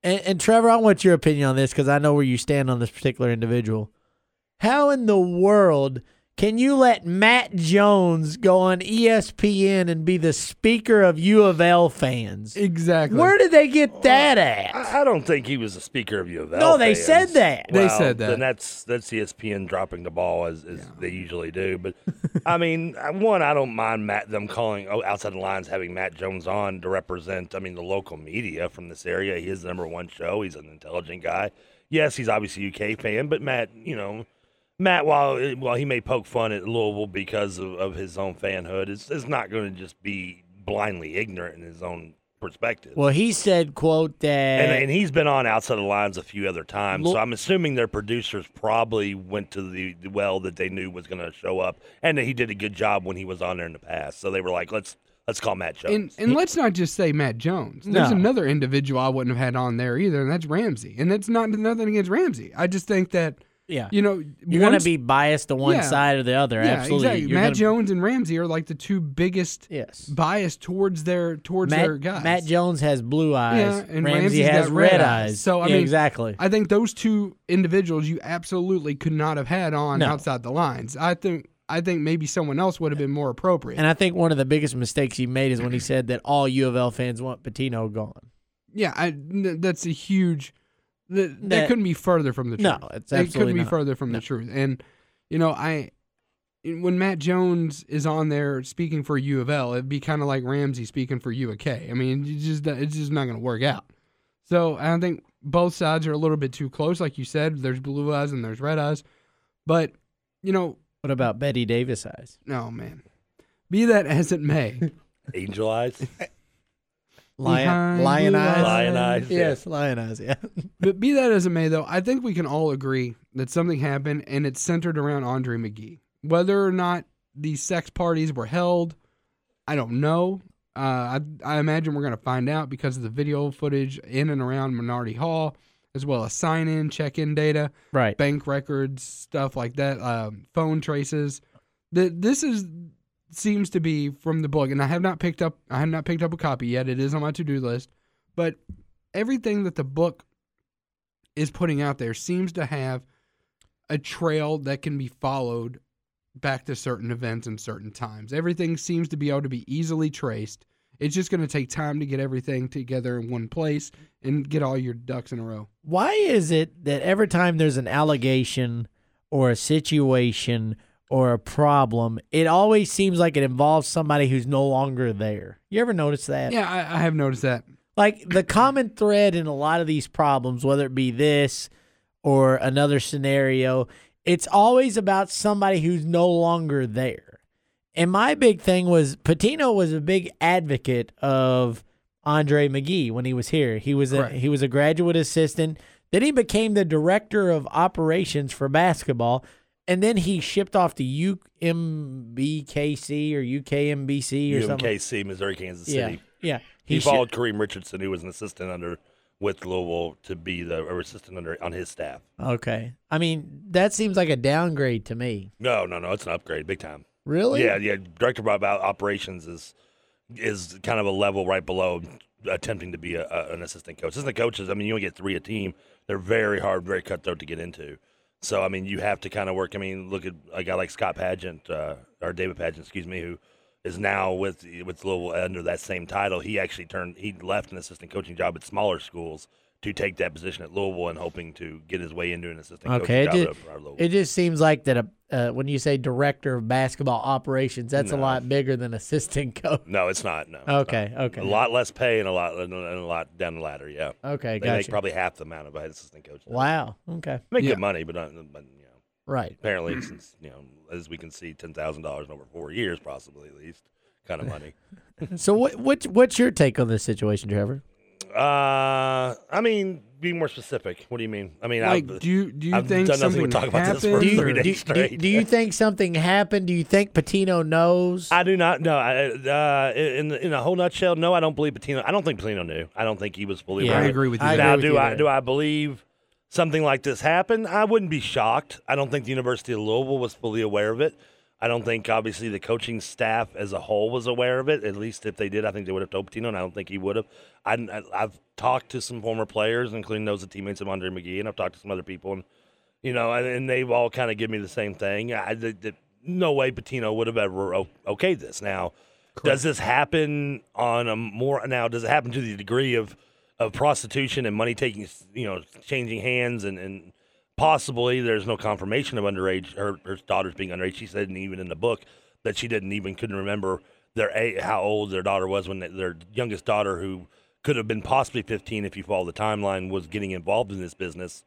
And, and Trevor, I want your opinion on this because I know where you stand on this particular individual. How in the world can you let Matt Jones go on E ESPN and be the speaker of U of L fans?
Exactly.
Where did they get that at?
I, I don't think he was a speaker of U of L.
No, they
fans.
said that. They
Well,
said that.
Then that's that's E ESPN dropping the ball as, as they usually do. But I mean, I- one, I don't mind Matt them calling oh, outside the lines having Matt Jones on to represent. I mean, the local media from this area. He is the number one show. He's an intelligent guy. Yes, he's obviously a UK fan, but Matt, you know. Matt, while while he may poke fun at Louisville because of, of his own fanhood, is is not going to just be blindly ignorant in his own perspective.
Well, he said, "quote that."
And, and he's been on outside the lines a few other times,
Lo-
so I'm assuming their producers probably went to the, the well that they knew was going to show up, and that he did a good job when he was on there in the past. So they were like, let's let's call Matt Jones.
And, and let's not just say Matt Jones. There's
No.
another individual I wouldn't have had on there either, and that's Ramsey. And that's not nothing against Ramsey. I just think that
Yeah.
You know,
you're going
once-
to be biased to one
Yeah.
side or the other.
Yeah,
Absolutely.
Exactly.
You're
Matt
gonna-
Jones and Ramsey are like the two biggest
yes.
bias towards their towards their
Matt,
guys.
Matt Jones has blue eyes.
Yeah, and
Ramsey
Ramsey's
has
got
red eyes.
So I
Yeah,
mean,
exactly.
I think those two individuals you absolutely could not have had on
No.
outside the lines. I think I think maybe someone else would have been more appropriate.
And I think one of the biggest mistakes he made is when he said that all U of L fans want Patino gone.
yeah, I, n- that's a huge. That, that,
That-
couldn't be further from the
No,
truth.
it's
It
absolutely
couldn't be
not.
further from the truth. And you know, I when Matt Jones is on there speaking for U of L, it'd be kind of like Ramsey speaking for U of K. I mean, it's just it's just not going to work out. So I think both sides are a little bit too close, like you said. There's blue eyes and there's red eyes, but you know,
what about Betty Davis eyes?
No man, be that as it may,
Angel eyes.
Lion,
Behind
lion
blue
eyes.
Lion eyes, yeah.
Yes, lion eyes. Yeah.
but be that as it may, though, I think we can all agree that something happened and it's centered around Andre McGee. Whether or not these sex parties were held, I don't know. Uh, I, I imagine we're going to find out because of the video footage in and around Minority Hall, as well as sign in, check in data,
Right.
bank records, stuff like that, um, phone traces. The, this is seems to be from the book, and I have not picked up. I have not picked up a copy yet. It is on my to do list, but everything that the book is putting out there seems to have a trail that can be followed back to certain events and certain times. Everything seems to be able to be easily traced. It's just going to take time to get everything together in one place and get all your ducks in a row.
Why is it that every time there's an allegation or a situation or a problem, it always seems like it involves somebody who's no longer there? You ever notice that?
Yeah, I, I have noticed that.
Like the common thread in a lot of these problems, whether it be this or another scenario, it's always about somebody who's no longer there. And my big thing was Patino was a big advocate of Andre McGee when he was here. He was a,
Correct.
he was a graduate assistant. Then he became the director of operations for basketball. And then he shipped off to UMBKC or UKMBC or something.
UMKC, Missouri, Kansas
Yeah,
City.
yeah.
He,
He should-
followed Kareem Richardson, who was an assistant under with Louisville, to be the or assistant under on his staff.
Okay. I mean, that seems like a downgrade to me.
No, no, no. It's an upgrade, big time.
Really?
Yeah, yeah. Director of Op- operations is is kind of a level right below attempting to be a, a- an assistant coach. Assistant coaches, I mean, you only get three a team. They're very hard, very cutthroat to get into. So, I mean, you have to kind of work. I mean, look at a guy like Scott Pageant uh, or David Pageant, excuse me, who is now with with Louisville under that same title. He actually turned he left an assistant coaching job at smaller schools to take that position at Louisville and hoping to get his way into an assistant
Okay. It
coaching
just,
job at Louisville.
it just seems like that a, uh, when you say director of basketball operations, that's a
No.
lot bigger than assistant coach.
No, it's not. No. it's
Okay,
not.
okay.
A lot less pay and a lot and a lot down the ladder. Yeah.
Okay,
They
gotcha.
make probably half the amount of an assistant coach.
Wow. Okay.
Make
Yeah.
good money, but, not, but you know,
Right.
Apparently, since you know, as we can see, ten thousand dollars in over four years, possibly at least, kind of money.
So what what what's your take on this situation, Trevor?
uh, I mean, be more specific. What do you mean? I mean,
Like,
I've,
do you- do you
I've
think
done nothing
something
but talk about this for
happened, Do you-
three
do-
days
do-
straight.
Do you think something happened? Do you think Patino knows?
I do not know. I, uh, in in a whole nutshell, no, I don't believe Patino. I don't think Patino knew. I don't think he was fully
Yeah,
aware.
I agree with you
Now,
there. I agree with
do
you
I
there.
do I believe something like this happened? I wouldn't be shocked. I don't think the University of Louisville was fully aware of it. I don't think obviously the coaching staff as a whole was aware of it. At least if they did, I think they would have told Patino, and I don't think he would have. I, I, I've talked to some former players, including those teammates of Andre McGee, and I've talked to some other people, and you know, and, and they've all kind of give me the same thing. I, th- th- no way Patino would have ever o- okayed this. Now, does this happen on a more now? Does it happen to the degree of of prostitution and money taking, you know, changing hands and and possibly there's no confirmation of underage her, her daughters being underage. She said and even in the book that she didn't even couldn't remember their a- how old their daughter was when their youngest daughter who could have been possibly 15 if you follow the timeline was getting involved in this business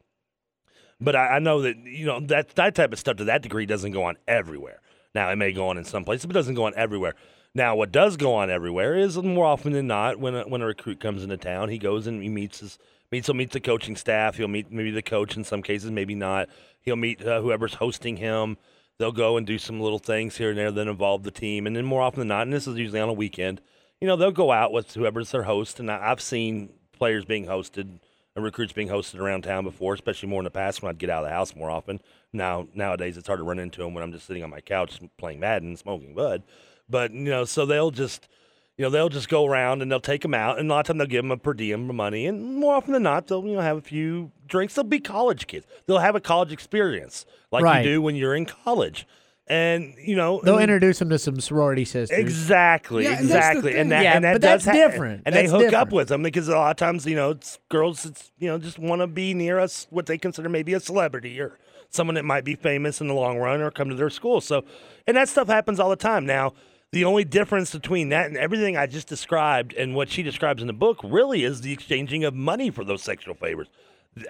but I, I know that you know that that type of stuff to that degree doesn't go on everywhere. Now it may go on in some places, but it doesn't go on everywhere. Now what does go on everywhere is more often than not when a, when a recruit comes into town, he goes and he meets his meets he'll meet the coaching staff. He'll meet maybe the coach in some cases, maybe not. He'll meet uh, whoever's hosting him. They'll go and do some little things here and there that involve the team, and then more often than not, and this is usually on a weekend. You know they'll go out with whoever's their host, and I, I've seen players being hosted and recruits being hosted around town before, especially more in the past when I'd get out of the house more often. Now nowadays it's hard to run into them when I'm just sitting on my couch playing Madden, smoking bud. But you know, so they'll just you know they'll just go around and they'll take them out, and a lot of time they'll give them a per diem money, and more often than not they'll you know have a few drinks. They'll be college kids. They'll have a college experience like
Right.
you do when you're in college. And you know
They'll
and-
introduce him to some sorority sisters.
Exactly,
Yeah, and that's the
exactly,
thing.
and that,
Yeah,
and that
but that's
does
different.
And they
That's
hook up
different.
with them because a lot of times, you know, it's girls, it's you know, just want to be near us, what they consider maybe a celebrity or someone that might be famous in the long run or come to their school. So, and that stuff happens all the time. Now, the only difference between that and everything I just described and what she describes in the book really is the exchanging of money for those sexual favors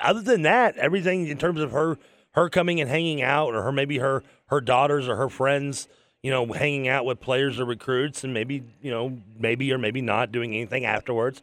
other than that, everything in terms of her her coming and hanging out, or her maybe her her daughters or her friends, you know, hanging out with players or recruits, and maybe you know maybe or maybe not doing anything afterwards,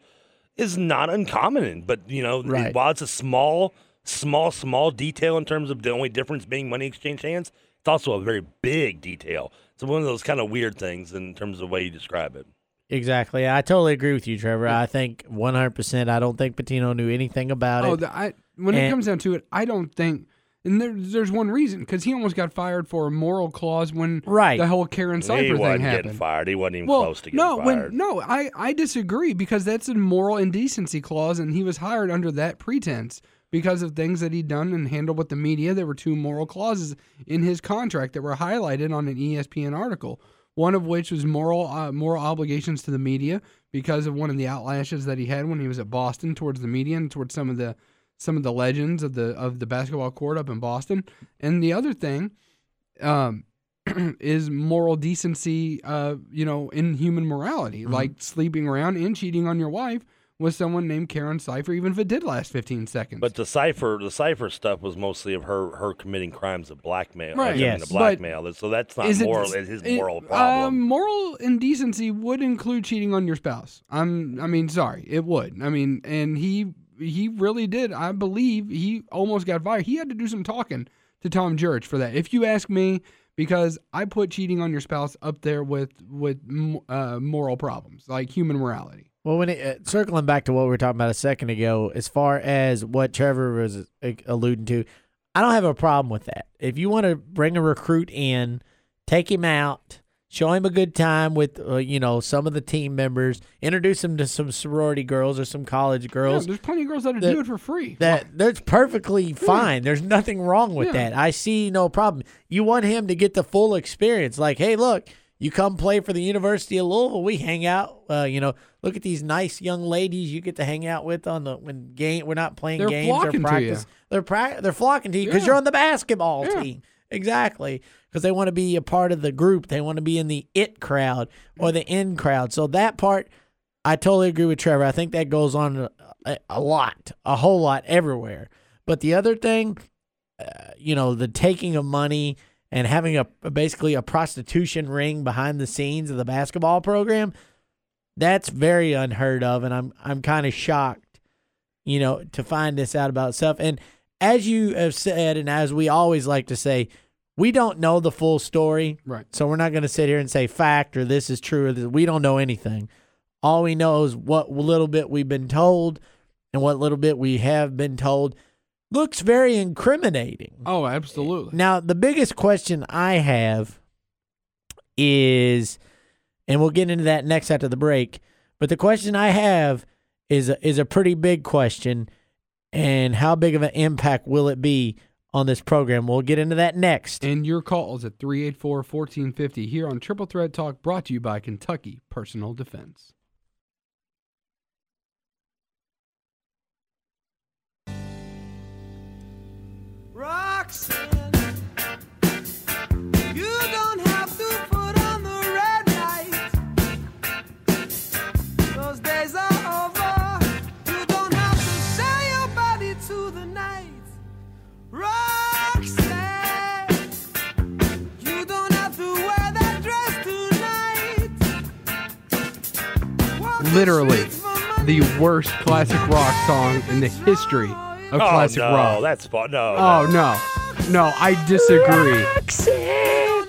is not uncommon. But you know, it-
Right.
while it's a small, small, small detail in terms of the only difference being money exchange hands, it's also a very big detail. It's one of those kind of weird things in terms of the way you describe it.
Exactly. I totally agree with you, Trevor. I think 100%. I don't think Patino knew anything about
Oh,
it.
the, I, when it
And-
comes down to it, I don't think. And there, there's one reason because he almost got fired for a moral clause when
Right.
the whole Karen
he
Cypher
wasn't
thing
getting
happened.
fired. He wasn't even close to getting
no,
fired.
when no, I I disagree because that's a moral indecency clause, and he was hired under that pretense because of things that he'd done and handled with the media. There were two moral clauses in his contract that were highlighted on an E ESPN article. One of which was moral uh, moral obligations to the media because of one of the outlashes that he had when he was at Boston towards the media and towards some of the some of the legends of the of the basketball court up in Boston. And the other thing um, is moral decency, uh, you know, in human morality, like sleeping around and cheating on your wife with someone named Karen Cipher, even if it did last 15 seconds.
But the cipher, the cipher stuff was mostly of her her committing crimes of blackmail,
Right.
right?
Yes.
Yes. blackmail. So that's not
Is it-
moral. It's his
it-
moral
uh,
problem.
moral indecency would include cheating on your spouse. I'm, I mean, sorry, it would. I mean, and he he really did. I believe he almost got fired. He had to do some talking to Tom Jurich for that. If you ask me, because I put cheating on your spouse up there with with m- uh, moral problems, like human morality.
Well, when it, uh, circling back to what we were talking about a second ago, as far as what Trevor was uh, alluding to, I don't have a problem with that. If you want to bring a recruit in, take him out, show him a good time with uh, you know some of the team members, introduce him to some sorority girls or some college
Yeah,
girls.
there's plenty of girls that'll
that-
do it for free.
That that's perfectly fine. There's nothing wrong with
Yeah.
that. I see no problem. You want him to get the full experience. Like, hey, look, you come play for the University of Louisville. We hang out. Uh, you know, look at these nice young ladies you get to hang out with on the when game. We're not playing
They're
games or
flocking to you.
practice. They're pra- they're flocking to you because
Yeah.
you're on the basketball
Yeah.
team. Exactly, because they want to be a part of the group. They want to be in the it crowd or the in crowd. So that part, I totally agree with Trevor. I think that goes on a, a lot, a whole lot, everywhere. But the other thing, uh, you know, the taking of money and having a basically a prostitution ring behind the scenes of the basketball program, that's very unheard of, and I'm I'm kind of shocked, you know, to find this out about stuff. And as you have said, and as we always like to say, we don't know the full story,
Right.
So we're not going to sit here and say fact or this is true or this. We don't know anything. All we know is what little bit we've been told, and what little bit we have been told looks very incriminating.
Oh, absolutely.
Now, the biggest question I have is, and we'll get into that next after the break. But the question I have is is a pretty big question, and how big of an impact will it be on this program? We'll get into that next.
And your calls at 384 1450 here on Triple Threat Talk, brought to you by Kentucky Personal Defense.
Roxanne, you don't have to put on the red light. Those days are over. You don't have to sell your body to the night. Roxanne, you don't have to wear that dress tonight. Walk the
Literally
streets
the worst classic rock song in the history of
oh
classic
no,
rock.
that's fun. No,
oh, no. No, I disagree.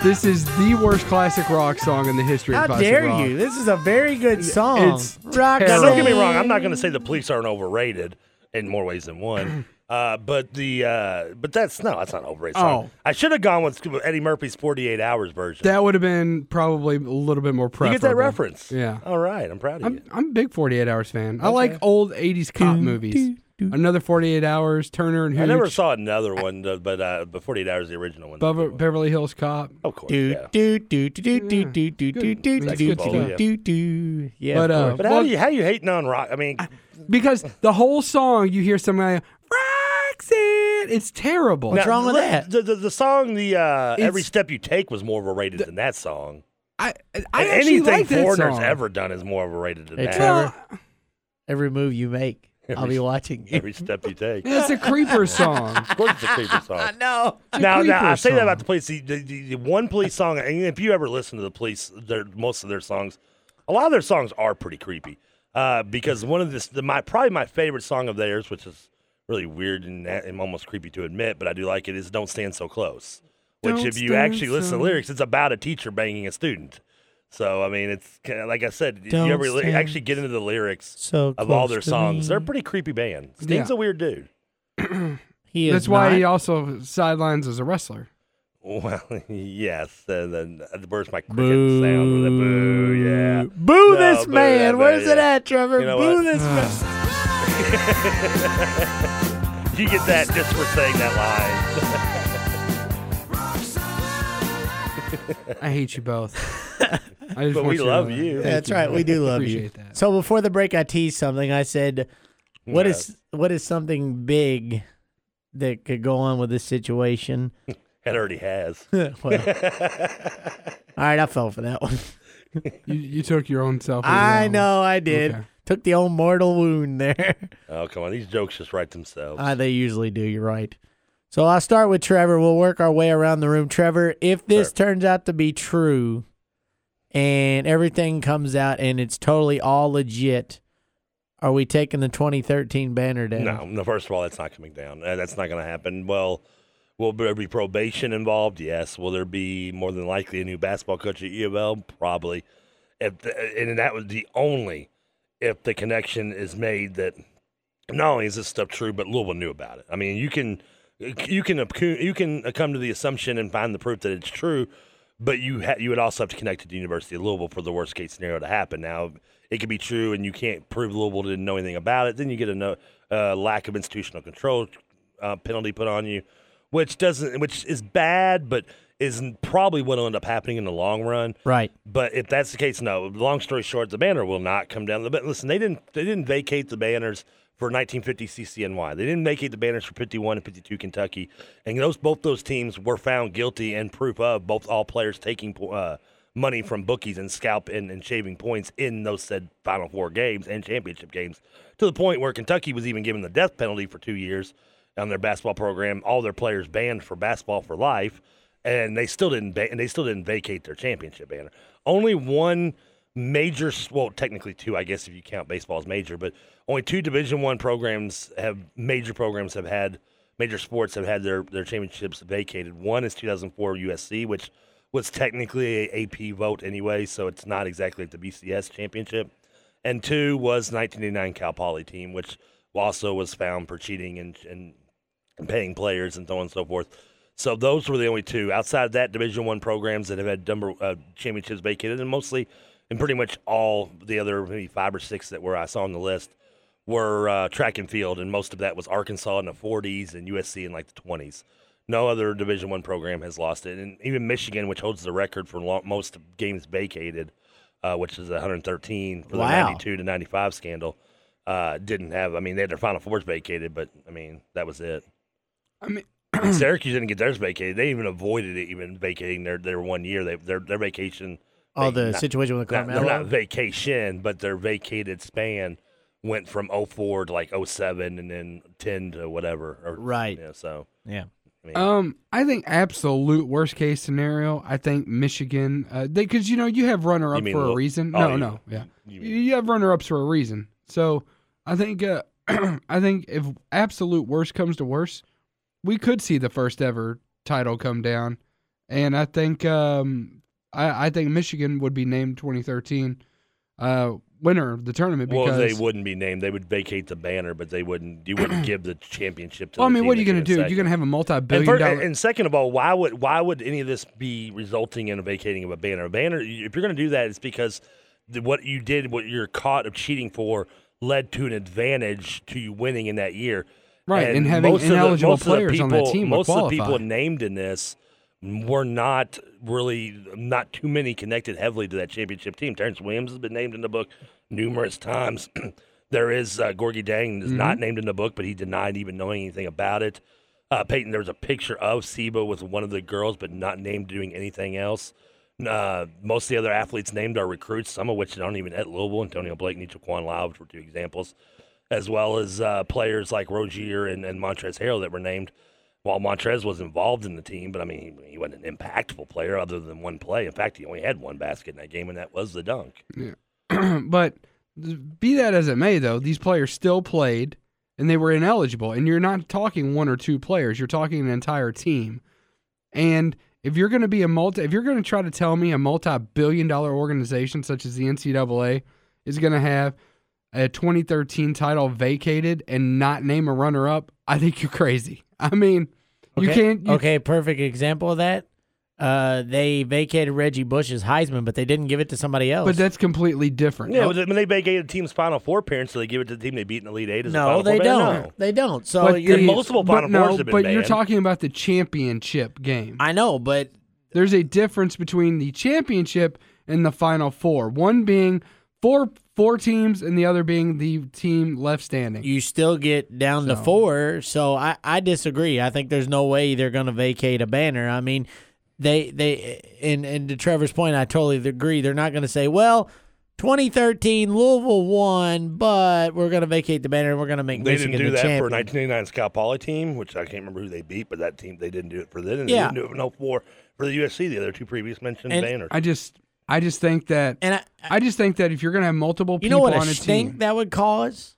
This is the worst classic rock song in the history
How
of classic
dare
rock.
you? This is a very good song.
It's
Rock
Now, don't get me
Roxanne.
wrong. I'm not going to say the police aren't overrated. in more ways than one. Uh, but the uh, but that's no, that's not an overrated
Oh.
song. I should have gone with Eddie Murphy's 48 Hours version.
That would have been probably a little bit more
You
preferable.
get that reference?
Yeah.
All right, I'm proud of you.
I'm, I'm a big 48 Hours fan. I like old 80s cop movies. Another 48 Hours, Turner and Hooch.
I never saw another one, though, but uh, but 48 Hours is the original one.
Bever- Beverly Hills Cop.
Of course. yeah.
do do do do do do do do
That's
do
good stuff.
do do do. Yeah,
But,
of
uh,
course.
But how
Well-
do you how you hate non rock? I mean,
Because the whole song, you hear somebody, Roxanne! It's terrible.
now, the- The, the, the song, the uh, every
It's-
step you take, was more overrated than that song.
I, I
And
actually
anything
like that
Foreigner's
song.
ever done is more overrated than
Hey
that.
Trevor, every move you make, I'll be watching you.
uh, every step you take.
It's a creeper song.
Of course, it's a creeper song.
No.
It's a
Now, now I
creeper
say that
song.
about the police. The, the, the one police song, and if you ever listen to the police, their, most of their songs, a lot of their songs are pretty creepy. Uh, because one of this, the, my probably my favorite song of theirs, which is really weird and, and almost creepy to admit, but I do like it, is "Don't Stand So Close." Which,
Don't
if you
stand
actually listen to
so-
the lyrics, it's about a teacher banging a student. So I mean, it's kinda, like I said, if
Don't
you ever li-
stand
actually get into the lyrics
so
of all
close
their
to
songs,
me.
they're a pretty creepy band. Sting's
Yeah.
a weird dude.
He is
That's why
not-
he also sidelines as a wrestler.
Well, yes, uh, and then where's my cricket sound with a boo? Yeah,
Boo this
boo
man.
that
Where's it
yeah.
at, Trevor?
You know
Boo
what?
this
you get that just for saying that
I hate you both. I just
But
want
we
you to
love
know that.
you.
Thank
That's right. We do love you.
Appreciate that.
So before the break, I teased something. I said, "What is what is something big that could go on with this situation?"
line. it already has.
Well, all right, I fell for that one.
You, you took your own self.
I know I did.
Okay.
Took the old mortal wound there.
Oh come on, these jokes just write themselves.
Ah, they usually do. You're right. So I'll start with Trevor. We'll work our way around the room. Trevor, if this turns out to be true and everything comes out and it's totally all legit, are we taking the 2013 banner down?
No, no. First of all, that's not coming down. Uh, That's not going to happen. Well, will there be probation involved? Yes. Will there be more than likely a new basketball coach at U of L? Probably. If the, and that was the only if the connection is made that not only is this stuff true, but Louisville knew about it. I mean, you can you can accu- you can come to the assumption and find the proof that it's true, but you ha- you would also have to connect it to the University of Louisville for the worst case scenario to happen. Now, it could be true, and you can't prove Louisville didn't know anything about it. Then you get a no, uh, lack of institutional control uh, penalty put on you, which doesn't which is bad, but is probably what will end up happening in the long run.
Right.
But if that's the case, no. Long story short, the banner will not come down. But listen, they didn't they didn't vacate the banners for 1950 CCNY. They didn't vacate the banners for 51 and 52 Kentucky. And those both those teams were found guilty and proof of both all players taking po- uh, money from bookies and scalp and, and shaving points in those said Final Four games and championship games to the point where Kentucky was even given the death penalty for two years on their basketball program. All their players banned for basketball for life and they still didn't ba- and they still didn't vacate their championship banner. Only one major, s- well, technically two, I guess, if you count baseball as major, but only two Division One programs have major programs have had major sports have had their their championships vacated. One is 2004 USC, which was technically a AP vote anyway, so it's not exactly at the BCS championship. And two was 1989 Cal Poly team, which also was found for cheating and, and and paying players and so on and so forth. So those were the only two outside of that Division One programs that have had number uh, championships vacated, and mostly, and pretty much all the other maybe five or six that were I saw on the list were uh, track and field, and most of that was Arkansas in the 40s and USC in like the 20s. No other Division One program has lost it, and even Michigan, which holds the record for lo- most games vacated, uh, which is 113 for
Wow.
the 92 to 95 scandal, uh, didn't have. I mean, they had their Final Fours vacated, but I mean that was it. I mean, Syracuse didn't get theirs vacated. They even avoided it, even vacating their, their one year. They, their their vacation.
Oh, the situation with
not- they're
Carmelo?
not vacation, but their vacated span went from 04 to like 07 and then 10 to whatever. Or,
Right.
Yeah, so.
Yeah.
I mean,
Um, I think absolute worst case scenario. I think Michigan. Uh, they because you know you have runner
You
up
mean
for a
Lil-
reason.
oh,
no,
you-
no, yeah.
you
You, have runner ups for a reason. So I think uh, I think if absolute worst comes to worst, we could see the first ever title come down, and I think um I I think Michigan would be named 2013. Uh, winner of the tournament because
well, they wouldn't be named. They would vacate the banner, but they wouldn't. You wouldn't give the championship to.
Well, I
the
mean,
team
what are
that
you going to
came
do?
in
You're
second.
going to have a
And,
multi-billion
first,
dollar.
and second of all, why would why would any of this be resulting in a vacating of a banner? A banner, if you're going to do that, it's because the, what you did, what you're caught of cheating for, led to an advantage to you winning in that year.
Right, and having ineligible
most of
players on that
people-
team would
Most of the people
qualify.
named in this were not really not too many connected heavily to that championship team. Terrence Williams has been named in the book numerous times. there is uh, Gorgie Dang is not
Mhm.
named in the book, but he denied even knowing anything about it. Uh, Peyton, there was a picture of Seba with one of the girls, but not named doing anything else. Uh, most of the other athletes named are recruits, some of which don't even at Louisville. Antonio Blake, Nietzsche Quan Lau, which were two examples, as well as uh, players like Rogier and, and Montrez Harrell that were named. While Montrez was involved in the team, but I mean, he, he wasn't an impactful player other than one play. In fact, he only had one basket in that game, and that was the dunk.
Yeah. but be that as it may, though, these players still played and they were ineligible. And you're not talking one or two players, you're talking an entire team. And if you're going to be a multi, if you're going to try to tell me a multi billion dollar organization such as the NCAA is going to have a 2013 title vacated and not name a runner up, I think you're crazy. I mean, you
Okay,
can't. You,
okay, perfect example of that. Uh, they vacated Reggie Bush's Heisman, but they didn't give it to somebody else.
But that's completely different.
Yeah, when they vacate a team's Final Four appearance, so they give it to the team they beat in the Elite Eight. As a
no,
Final
they
Four
don't.
banner? No.
They don't. So
But
you're
the-
uh, multiple
but
Final
no,
Fours have been
But you're
banned.
talking about the championship game.
I know, but
there's a difference between the championship and the final four. One being four four teams, and the other being the team left standing.
you still get down to four. So I, I disagree. I think there's no way they're going to vacate a banner. I mean, they they and and to Trevor's point, I totally agree. They're not going to say, well, 2013 Louisville won, but we're going to vacate the banner and we're going to make
They
Michigan
didn't do
the
that for
champion.
a 1989 Scott Poly team, which I can't remember who they beat, but that team they didn't do it for them. And
Yeah.
They didn't do it for 04 for the USC. The other two previous mentioned banners.
I just I just think that
and I,
just think that if you're gonna have multiple
You
people
know what a
on a
stink
team,
that would cause?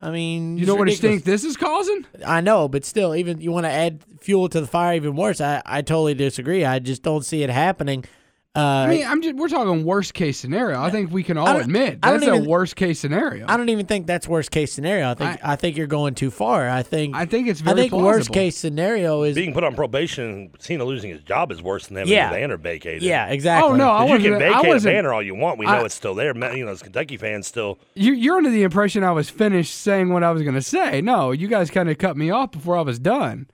I mean,
you
it's
know what a
ridiculous.
stink this is causing?
I know, but still, even you want to add fuel to the fire even worse. I, I totally disagree. I just don't see it happening. Uh,
I mean, I'm just, we're talking worst case scenario. I think we can all
don't-
admit
I don't
that's a
even-
worst case scenario.
I don't even think that's worst case scenario. I think I, think you're going too far. I think I
think it's
I think worst case scenario is
being put on probation. Cena losing his job is worse than having
Yeah.
the banner vacated.
Yeah, exactly. Oh, no, I
'Cause you can
wasn't- I
vacate a
wasn't-
banner all you want. We know
I-
it's still there. Ma- You know, as Kentucky fans still.
You, you're under the impression I was finished saying what I was going to say. No, you guys kind of cut me off before I was done.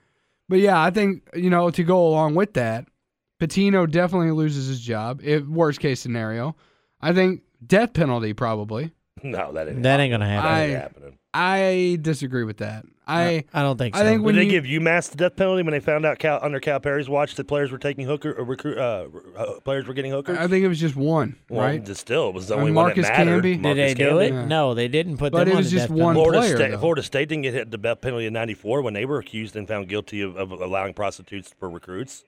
But yeah, I think, you know, to go along with that, Patino definitely loses his job, if worst case scenario. I think death penalty probably.
No, that ain't.
that ain't gonna happen.
I, I disagree with that. I
I don't think.
I think when
Did
you-
they give UMass the death penalty when they found out Cal, under Cal Perry's watch that players were taking hooker or recruit uh, uh, players were getting hookers?
I think it was just one,
Well,
right?
just still, it was the
And
only one
Marcus
that mattered.
Camby? Did
Marcus
they do
Camby.
it? No, they didn't put
But
them
it
on
was
the
just
death penalty.
one
Florida
player,
State,
though.
Florida State didn't get hit the death penalty in '94 when they were accused and found guilty of, of allowing prostitutes for recruits.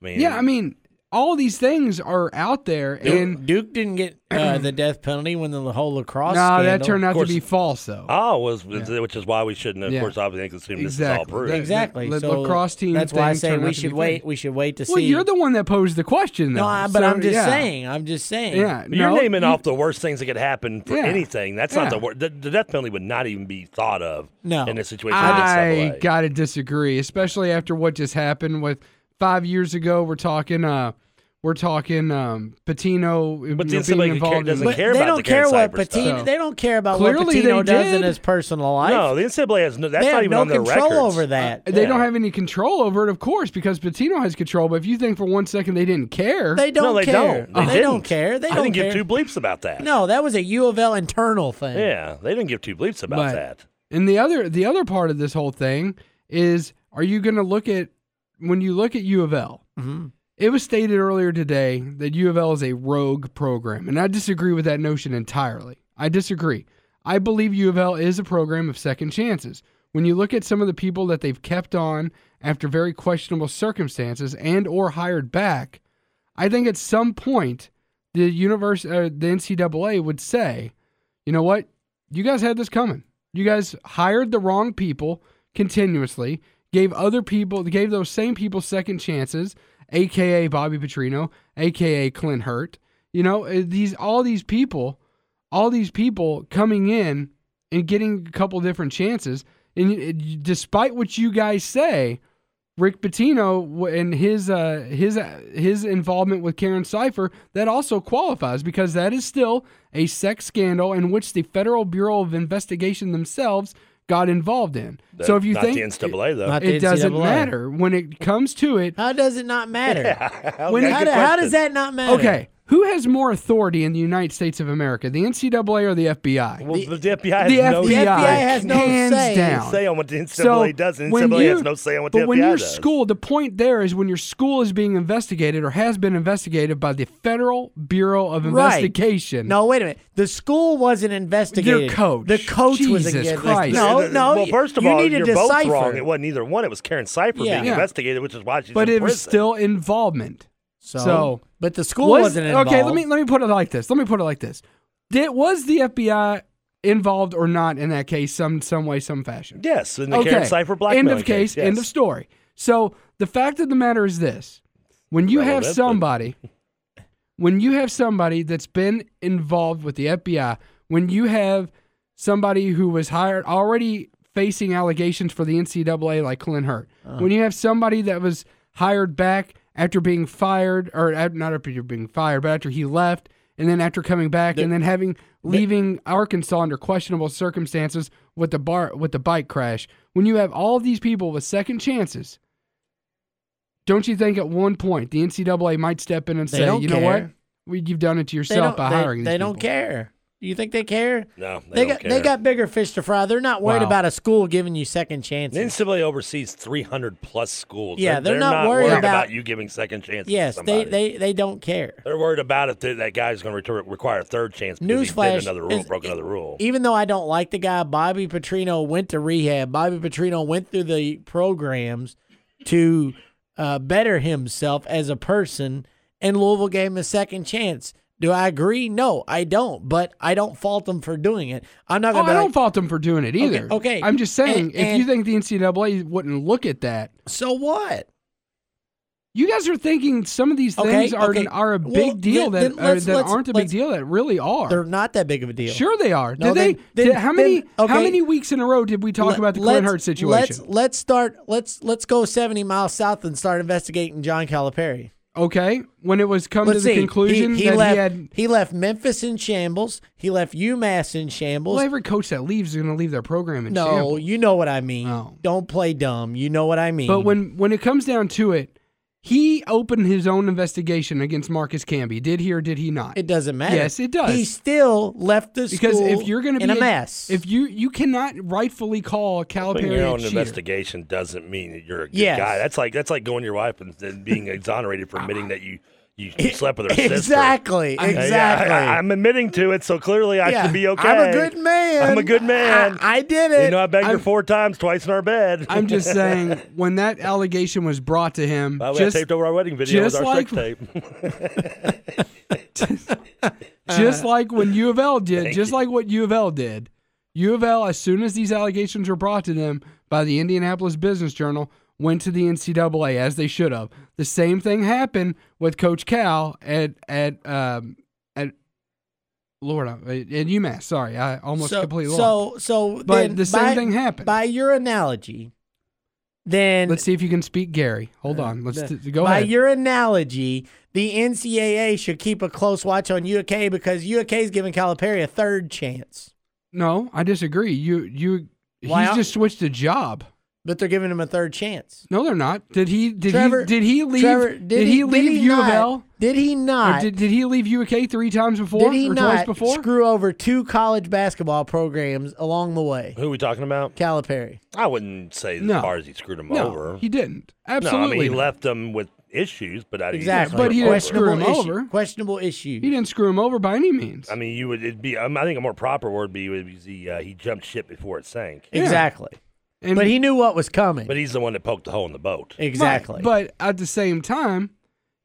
I mean,
Yeah, I mean, all these things are out there. And
Duke, Duke didn't get uh, the death penalty when the whole lacrosse.
no, that
scandal-
turned out to
course-
be false, though.
oh, was which is why we shouldn't, of
Yeah.
course, obviously assume this is all
Exactly.
proof.
That-
Exactly.
the
so
lacrosse team
That's why I
thing
say
turned out
we
to be
should
fake.
wait. We should wait to
Well,
see.
you're the one that posed the question, though.
no, I- but
So,
I'm just
yeah.
saying. I'm just saying.
Yeah,
You're
no,
naming
you-
off the worst things that could happen for
Yeah.
anything. That's
Yeah.
not the worst. The, the death penalty would not even be thought of
No.
in this situation. in
I
NCAA.
gotta disagree, especially after what just happened with five years ago. We're talking, uh, we're talking um, Patino you know,
the NCAA
being
care-
involved.
doesn't
in,
But
care
they
about
don't
the
care
Karen
what
Cypher stuff.
Patino.
So-
They don't care about what
Clearly they
Patino does in
did.
his personal life.
no, the NCAA has no. That's
they
not
have
even
no
on their
control
records.
over that.
They don't have any control over it, of course, because Patino has control. But if you think for one second they didn't care,
They don't
no, they
care. Oh,
don't. They,
They
didn't.
don't care. They
I
don't
didn't
care.
give two bleeps about that.
No, that was a U of L internal thing.
Yeah, they didn't give two bleeps about
But-
that.
And the other the other part of this whole thing is are you going to look at when you look at U of L? It was stated earlier today that U of L is a rogue program, and I disagree with that notion entirely. I disagree. I believe U of L is a program of second chances. When you look at some of the people that they've kept on after very questionable circumstances and or hired back, I think at some point the universe, uh, the NCAA would say, you know what? You guys had this coming. You guys hired the wrong people continuously, gave other people, gave those same people second chances, eh, aka Bobby Petrino, aka Clint Hurt. You know, uh, these all these people all these people coming in and getting a couple different chances. And you- you- despite what you guys say, Rick Pitino and his uh, his uh, his involvement with Karen Cipher that also qualifies because that is still a sex scandal in which the Federal Bureau of Investigation themselves got involved in.
That-
so if you
not
think
the NCAA though,
it doesn't matter when it comes to it.
How does it not matter?
Yeah,
When-
okay,
how,
good
do- how
question.
does that not matter?
Okay, who has more authority in the United States of America, the NCAA or the FBI?
Well, the, FBI has
the
no
FBI
has no
hands
say.
down.
say on what the NCAA does. The
when
NCAA has
you-
no say on what
but
the
when
FBI
your
does.
school, the point there is when your school is being investigated or has been investigated by the Federal Bureau of
Right.
Investigation.
No, wait a minute. The school wasn't investigated.
Your coach.
The coach was
Jesus
against.
Christ.
No,
And, uh,
no.
Well, first of
you
all,
need to
you're
decipher.
both wrong. It wasn't either one. It was Karen Cipher
Yeah.
being
Yeah.
investigated, which is why she's
but
in
it was
prison.
still involvement. So,
but the school
was-
wasn't
Okay, let
involved.
me let me put it like this. Let me put it like this. Did was the FBI involved or not in that case? Some some way, some fashion.
Yes, in the Karen Cipher
End
blackmailing
of case.
case, yes.
End of story. So the fact of the matter is this: when you have
Relevant, but-
somebody, when you have somebody that's been involved with the FBI, when you have somebody who was hired already facing allegations for the NCAA, like Clint Hurt, when you have somebody that was hired back after being fired, or at- not after being fired, but after he left, and then after coming back, and then having leaving Arkansas under questionable circumstances with the bar with the bike crash, when you have all these people with second chances. Don't you think at one point the NCAA might step in and
They
say,
don't
you know what?
care.
We, you've done it to
They don't-
yourself by
they-
hiring
They
these
don't
people.
care. Do you think they care?
No,
They,
they,
got
don't
they
care.
got bigger fish to fry. They're not worried
Wow.
about a school giving you second
The
chances.
NCAA oversees 300 plus schools.
Yeah, they're not worried about-
you giving second chances.
Yes,
to
they,
somebody.
they they don't care.
They're worried about if th- that guy's going to require a third chance because he
Newsflash
did another rule,
is- e-,
broke another rule.
Even though I don't like the guy, Bobby Petrino went to rehab. Bobby Petrino went through the programs to uh, better himself as a person, and Louisville gave him a second chance. Do I agree? No, I don't. But I don't fault them for doing it. I'm not
Oh,
going to.
I don't fault them for doing it either.
okay.
I'm just saying,
And-
if
and-
you think the NCAA wouldn't look at that,
so what?
you guys are thinking some of these
Okay,
things are
okay.
are a
Well,
big deal
then-
that
then
are-
let's-
that
let's-
aren't a big
let's-
deal that really are.
They're not that big of a deal.
Sure, they are.
No,
did they?
then- then-
did- how many?
then-
How
okay.
many weeks in a row did we talk
Let-
about the
let's-
Clint Hurt situation?
Let's let's start. Let's let's go 70 miles south and start investigating John Calipari.
okay, when it was come to
Let's see.
the conclusion
he, he
that
left,
he had.
left Memphis in shambles. He left UMass in shambles.
Well, every coach that leaves is going to leave their program in
no,
shambles.
you know what I mean. Don't play dumb. You know what I mean.
But when when it comes down to it, he opened his own investigation against Marcus Camby. Did he or did he not?
it doesn't matter.
Yes, it does.
He still left the
because
school
if you're going to be
in a mess.
if you you cannot rightfully call
Putting
Calipari
your
a
own
cheater.
investigation doesn't mean that you're a good
Yes.
guy. That's like that's like going to your wife and, and being exonerated for admitting that you, you slept with her sister.
exactly,
Yeah, yeah,
exactly.
I, am admitting to it, so clearly I
Yeah.
should be okay.
I'm a good man.
I'm a good man.
I, I did it.
You know, I begged
I'm-
her four times, twice in our bed.
I'm just saying when that allegation was brought to him,
By the way,
just
I taped over our wedding video with
just
our
like-
sex tape.
just
Uh,
like when U of L did, just like what U of L did. U of L, as soon as these allegations were brought to them by the Indianapolis Business Journal, went to the NCAA as they should have. The same thing happened with Coach Cal at at um, at Lord I'm- at UMass. Sorry, I almost
so,
completely lost.
so so.
But
then
the same
by-
thing happened.
by your analogy. Then
Let's see if you can speak Gary. Hold on. Let's
The-
t- go
by
ahead.
your analogy, the NCAA should keep a close watch on UK because UK is giving Calipari a third chance,
no, I disagree. You you
Why
he's
I-
just switched a job.
but they're giving him a third chance.
No, they're not. Did he? Did
Trevor-
he? Did he leave?
Trevor,
did, he, leave U
not-
of L?
Did he
Or
not?
did, did he leave UK three times before
did he
or
not
twice before?
screw over two college basketball programs along the way?
Who are we talking about?
Calipari.
I wouldn't say as
No.
far as he screwed him
no,
over.
he didn't.
No, I mean,
Absolutely,
he
not.
left them with issues, but I
Exactly.
but he didn't
questionable
screw him
issue,
over.
Questionable issue.
he didn't screw him over by any means.
I mean, you would it'd be. Um, I think a more proper word would be would be the, uh, he jumped ship before it sank.
Yeah.
Exactly.
And-
But he knew what was coming.
But he's the one that poked the hole in the boat.
exactly.
But at the same time,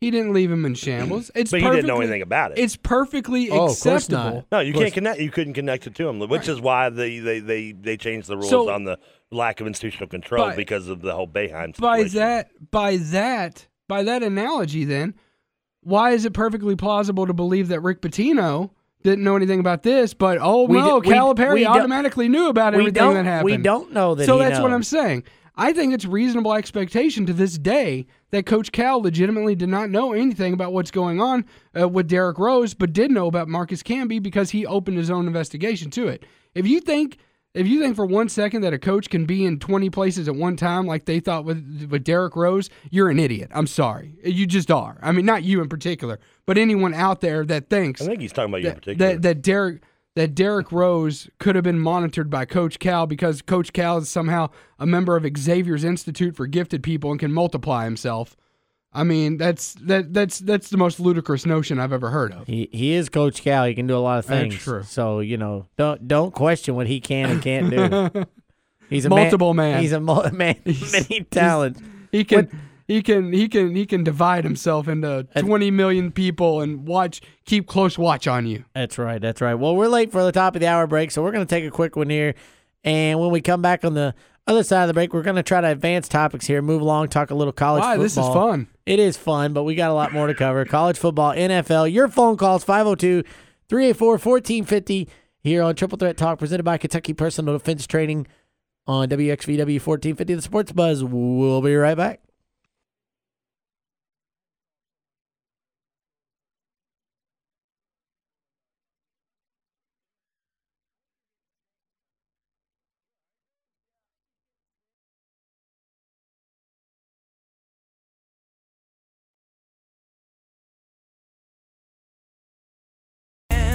he didn't leave him in shambles. It's
but he didn't know
perfectly-
anything about it.
It's perfectly
Oh, of course
acceptable.
no, you
Of course.
can't connect. You couldn't connect it to him, which is why they, they, they, they changed the rules
So-
on the lack of institutional control
By-
because of the whole Bayheim situation.
By that, by that, by that analogy, then, why is it perfectly plausible to believe that Rick Pitino didn't know anything about this, but oh
We
no,
d- we-
Calipari
we don't-
automatically knew about
we
everything
don't-
that happened.
we don't know that
So
he
that's what
knows.
I'm saying. I think it's reasonable expectation to this day that Coach Cal legitimately did not know anything about what's going on uh, with Derrick Rose, but did know about Marcus Camby because he opened his own investigation to it. If you think if you think for one second that a coach can be in 20 places at one time, like they thought with with Derrick Rose, you're an idiot. I'm sorry, you just are. I mean, not you in particular, but anyone out there that thinks
I think he's talking about you in
that,
particular.
that that Derek that Derek Rose could have been monitored by Coach Cal because Coach Cal is somehow a member of Xavier's Institute for Gifted People and can multiply himself. I mean, that's that that's that's the most ludicrous notion I've ever heard of.
He, he is Coach Cal. He can do a lot of
That's
things.
true.
So you know, don't don't question what he can and can't do. He's a
Multiple man.
He's a mul- man. Many talents.
He can he can he can he can divide himself into 20 million people and watch keep close watch on you.
That's right. That's right. Well, we're late for the top of the hour break, so we're going to take a quick one here. And when we come back on the other side of the break, we're going to try to advance topics here, move along, talk a little college
Wow,
football.
this is fun.
It is fun, but we got a lot more to cover. college football, NFL, your phone calls 502 384 1450 here on Triple Threat Talk, presented by Kentucky Personal Defense Training on WXVW 1450, the Sports Buzz. We'll be right back.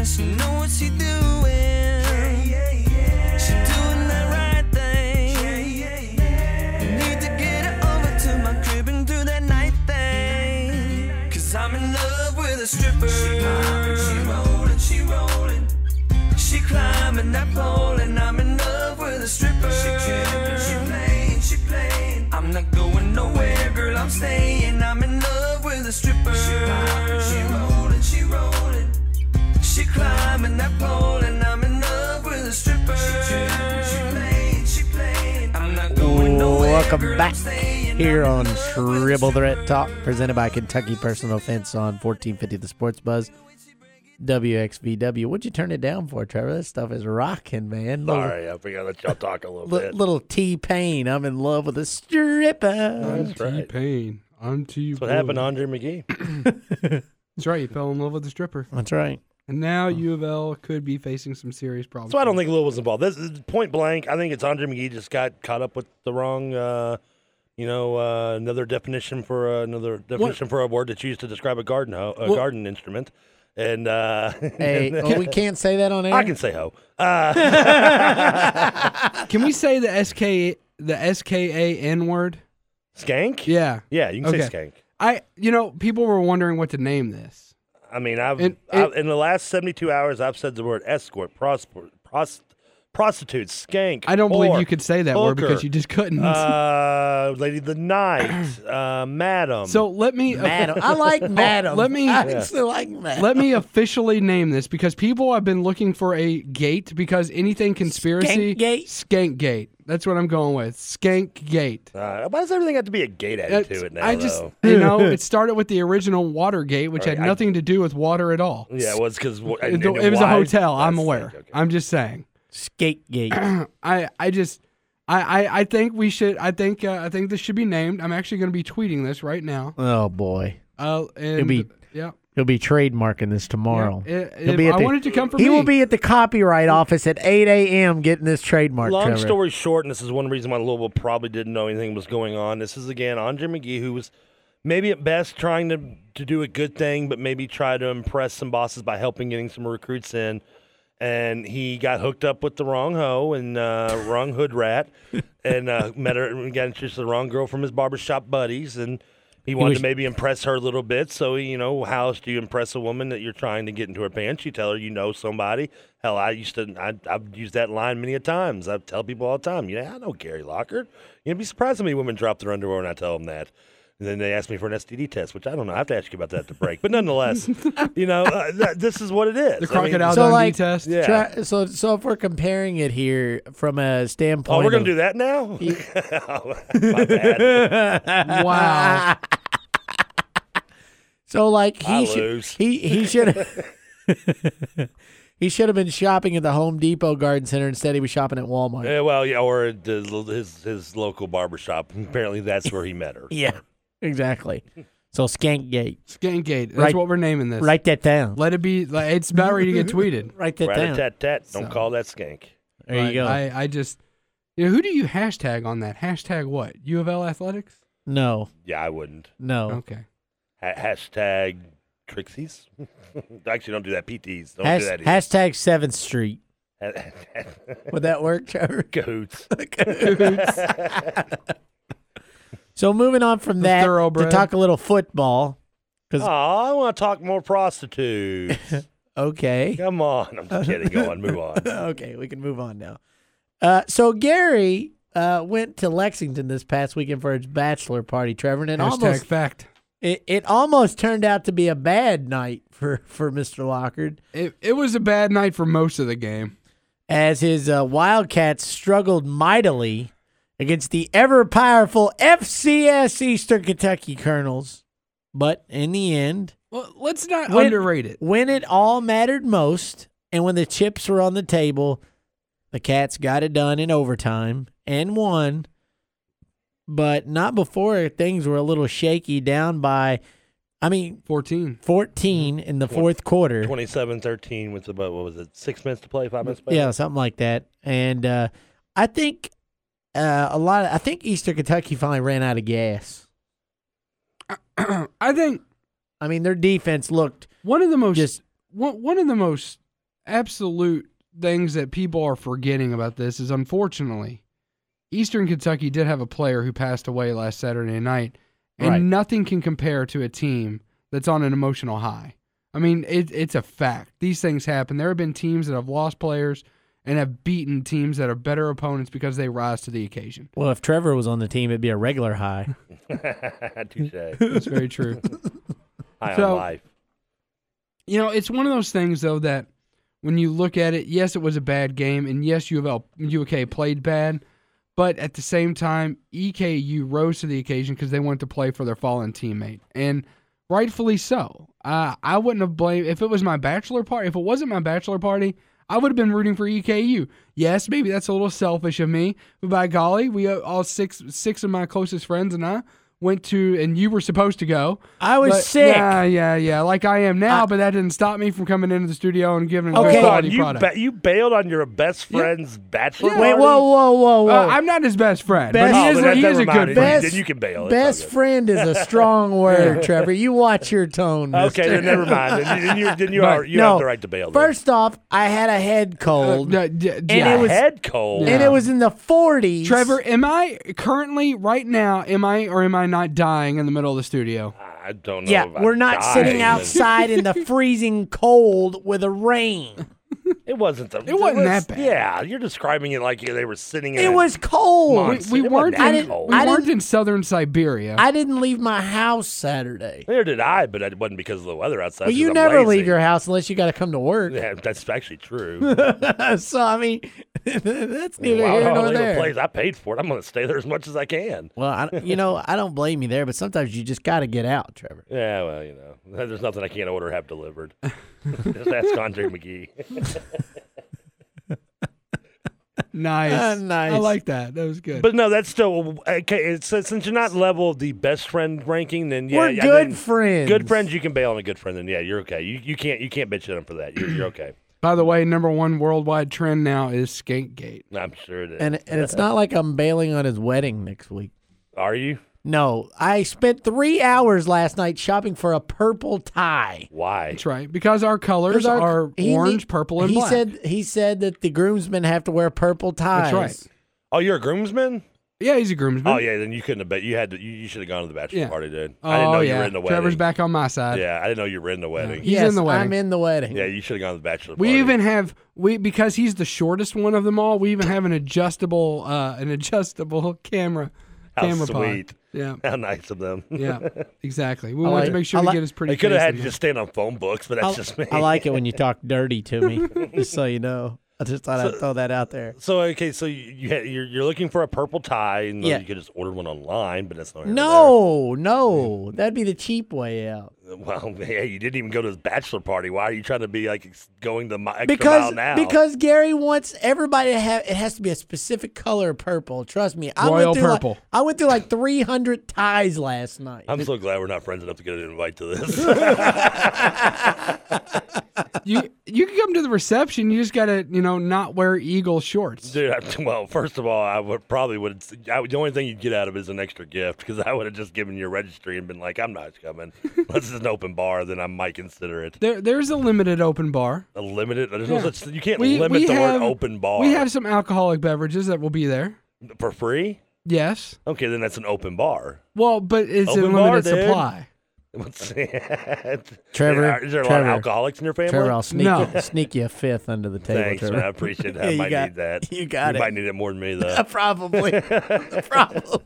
She know what she doing. She doing the right thing. Need to get her over to my crib and do that night thing. Cause I'm in love with a stripper. She poppin', she rollin', she rollin'. She climbing that pole and I'm in love with a stripper. She trippin', she playin', she playin'. I'm not going nowhere, girl, I'm staying. I'm in love with a stripper. She poppin', she rollin', she rollin'. She climbing that pole and I'm in love with a stripper. She tripping, she playing, she playing. I'm not going nowhere.
Welcome
girl,
back
I'm staying.
here on Triple Threat Talk, presented by Kentucky Personal Offense on 1450 The Sports Buzz. WXVW. What'd you turn it down for, Trevor? This stuff is rocking, man. Little-
Sorry, I forgot to let y'all talk a little
li-
bit.
little T Pain. I'm in love with a stripper.
That's right.
Pain. I'm too
That's what happened to Andre McGee.
That's right, you fell in love with the stripper.
That's right.
And now U of L could be facing some serious problems.
So I don't think Lil was involved. This is point blank. I think it's Andre McGee just got caught up with the wrong, uh, you know, uh, another definition for uh, another definition for a word that's used to describe a garden ho- a
What-
garden instrument. And uh,
Hey,
and-
oh, we can't say that on air.
I can say ho. Uh,
Can we say the SK the SKA N word?
Skank?
Yeah.
yeah, you can say
Okay.
skank.
I you know, people were wondering what to name this.
I mean, I've,
And-
I've in the last seventy-two hours, I've said the word escort, prospor, prost, prostitute, skank.
I don't believe
whore,
you could say that word because
hooker,
you just couldn't.
Uh, lady of the night, uh, madam.
So let me
Madam. I like Madam.
Let me
I actually like Madam.
Let me officially name this because people have been looking for a gate because anything conspiracy
Skankgate?
Skankgate. That's what I'm going with. Skank gate.
Uh, why does everything have to be a gate added to it now?
I just
though?
you know, it started with the original Watergate, which
Alright,
had
I-
nothing to do with water at all.
yeah, well, it's because
it, it was a hotel. I'm aware. I'm just saying.
Skategate.
I I just I, I I think we should. I think uh, I think this should be named. I'm actually going to be tweeting this right now.
Oh boy.
Uh,
He'll
and
be
yeah.
He'll be trademarking this tomorrow.
Yeah, it-
He'll
it- I want it to come from
He
me.
will be at the copyright office at 8 a.m. getting this trademark.
Long
Trevor.
story short, and this is one reason why Louisville probably didn't know anything was going on. This is again Andre McGee, who was maybe at best trying to to do a good thing, but maybe try to impress some bosses by helping getting some recruits in. And he got hooked up with the wrong hoe and uh, wrong hood rat, and uh, met her and got introduced to the wrong girl from his barbershop buddies. And he wanted
was-
to maybe impress her a little bit. So you know, how else do you impress a woman that you're trying to get into her pants? You tell her you know somebody. Hell, I used to. I, I've used that line many a times. I tell people all the time. You know, I know Gary Lockhart. You'd be surprised how many women drop their underwear when I tell them that. And then they ask me for an STD test, which I don't know. I have to ask you about that at the break. But nonetheless, you know, uh, th- this is what it is.
The
I mean-
crocodile Dundee test.
Yeah.
Tra- so, so if we're comparing it here from a standpoint,
oh, we're gonna
of-
do that now. My bad.
Wow. So like
I
he should
lose.
he he should he should have been shopping at the Home Depot Garden Center. Instead, he was shopping at Walmart.
Yeah, well, yeah, or the, his his local barber shop. Apparently, that's where he met her.
Yeah, exactly. So Skankgate.
Skankgate. That's
Right-
what we're naming this.
Write that down.
Let it be. Like, it's about ready to get tweeted.
Write that down.
Rat-a-tat-tat. Don't
So-
call that skank.
There you
But
go.
I, I just, you know, who do you hashtag on that? Hashtag what? U of L athletics?
No,
Yeah, I wouldn't.
no.
Okay.
Ha- hashtag Trixies. Actually, don't do that. PTs. Don't
Has-
do that. either.
hashtag Seventh Street. Would that work, Trevor?
Cahoots.
Cahoots. so moving on from
The
that to
thoroughbred.
talk a little football. 'cause-
Aw, I want to talk more prostitutes.
okay.
Come on. I'm just kidding. Go on. Move on.
okay, we can move on now. Uh, so Gary uh, went to Lexington this past weekend for his bachelor party, Trevor, and it
Hashtag
almost
fact.
It, it almost turned out to be a bad night for for Mr. Lockard.
It it was a bad night for most of the game.
as his uh, Wildcats struggled mightily against the ever powerful FCS Eastern Kentucky Colonels. But in the end,
Well, let's not
When-
underrate it.
when it all mattered most and when the chips were on the table, the Cats got it done in overtime and won. But not before things were a little shaky down by, I mean,
14.
14 in the fourth quarter.
27 13 with about, what was it, six minutes to play, five minutes to play?
Yeah, something like that. And uh, I think uh, a lot. Of, I think Eastern Kentucky finally ran out of gas.
I think
I mean, their defense looked
one of the most
just
one one of the most absolute things that people are forgetting about this is unfortunately Eastern Kentucky did have a player who passed away last Saturday night, and
Right.
nothing can compare to a team that's on an emotional high. I mean, it, it's a fact. These things happen. There have been teams that have lost players and have beaten teams that are better opponents because they rise to the occasion.
well. If Trevor was on the team, it'd be a regular high.
Touche.
That's very true.
High
So-
on life.
You know, it's one of those things though that when you look at it, yes, it was a bad game, and yes, U of L, UK played bad, but at the same time, EKU rose to the occasion because they wanted to play for their fallen teammate, and rightfully so. Uh, I wouldn't have blamed if it was my bachelor party. If it wasn't my bachelor party, I would have been rooting for EKU. Yes, maybe that's a little selfish of me, but by golly, we uh, all six six of my closest friends and I went to, and you were supposed to go.
I was
But-
sick.
Yeah, yeah, yeah. Like I am now, but that didn't stop me from coming into the studio and giving a
Hold
good
on,
quality
you,
product.
ba- you bailed on your best friend's bachelor
Wait,
party?
whoa, whoa, whoa, whoa!
Uh, I'm not his best friend,
Best-
but he
Oh,
is,
then
a-
that-
he
never
is a
mind.
good
Then
friend.
Best-
you can bail. It's all
Best
good.
friend is a strong word, Trevor. You watch your tone.
Okay,
mister.
then never mind. Then you, then you, then you,
Right.
are, you
No.
have the right to bail. then.
First off, I had a head cold,
Uh, d- d-
and
yeah.
it was
head cold.
and it was in the 40s.
Trevor, am I currently right now? Am I or am I not dying in the middle of the studio?
I don't know.
Yeah,
if I
we're not sitting
died.
outside in the freezing cold with a rain.
It wasn't. The,
It wasn't
was-
that bad.
Yeah, you're describing it like they were sitting. in
It
a-
was cold.
Monster.
We
It wasn't
weren't.
that
In,
cold.
we
I
weren't
didn't-
in southern Siberia.
I didn't leave my house Saturday.
Neither did I, but it wasn't because of the weather outside.
well,
because
you
I'm
never
lazy.
leave your house unless you got to come to work.
Yeah, that's actually true.
so I mean, that's neither
Wow,
here
I
nor
leave a
there.
place. I paid for it. I'm going to stay there as much as I can.
Well, I, you know, I don't blame you there, but sometimes you just got to get out, Trevor.
Yeah, well, you know, there's nothing I can't order have delivered. Just ask Andre McGee.
nice,
Ah, nice.
I like that. That was good.
But no, that's still okay. It's, since you're not level of the best friend ranking, then yeah,
We're
yeah,
good
then-
friends.
Good friends, you can bail on a good friend. Then yeah, you're okay. You you can't you can't bitch at him for that. You're, you're okay.
By the way, number one worldwide trend now is Skankgate.
I'm sure it is.
And and it's not like I'm bailing on his wedding next week.
Are you?
No, I spent three hours last night shopping for a purple tie.
Why?
That's right, because our colors
'Cause our-
are
he
orange,
need-
purple, and
he
black.
said he said that the groomsmen have to wear purple ties.
That's right.
Oh, you're a groomsman.
Yeah, he's a groomsman.
Oh yeah, then you couldn't have bet. You had to. You, you should have gone to the bachelor
Yeah.
party, dude. I didn't
Oh,
know
yeah.
you were in the wedding.
Trevor's back on my side.
Yeah, I didn't know you were in the wedding.
He's
Yes,
in the wedding.
I'm in the wedding.
Yeah, you should have gone to the bachelor party.
We even have we because he's the shortest one of them all. We even have an adjustable uh, an adjustable camera
How
camera
sweet.
pod. Yeah,
How nice of them.
yeah, exactly. We
I
want
like-
to make sure
I
we
like-
get his pretty.
They could have
face
had
in
you
there.
just stand on phone books, but that's
I,
just me.
I like it when you talk dirty to me, just so you know. I just thought I'd
So-
throw that out there.
So okay, so you, you had, you're you're looking for a purple tie, and
Yeah.
you could just order one online, but that's not.
No, no, that'd be the cheap way out.
Well, yeah, you didn't even go to his bachelor party. Why are you trying to be like ex- going the mi- extra
Because
mile now?
because Gary wants everybody to have it has to be a specific color of purple. Trust me, I
Royal
went through like-
purple.
I went through like three hundred ties last night.
I'm so glad we're not friends enough to get an invite to this.
you you can come to the reception. You just gotta you know not wear eagle shorts.
Dude, I, well, first of all, I would probably would. I, would- the only thing you'd get out of it is an extra gift because I would have just given you a registry and been like, "I'm not coming." Unless it's an open bar, then I might consider it.
There there's a limited open bar.
A limited. There's
Yeah.
no such. You can't
We-
limit
we
the
have-
word open bar
We have some alcoholic beverages that will be there.
for free.
Yes.
Okay, then that's an open bar.
Well, but it's a
Open bar,
limited
dude.
supply.
What's Trevor?
Trevor,
is there a lot
Trevor,
of alcoholics in your family?
Trevor, I'll sneak you, sneak you a fifth under the table.
Thanks,
Trevor.
man. I appreciate that.
Yeah,
I
you
might
got-
need that.
You got
You
it.
might need it more than me, though.
Uh, probably. probably.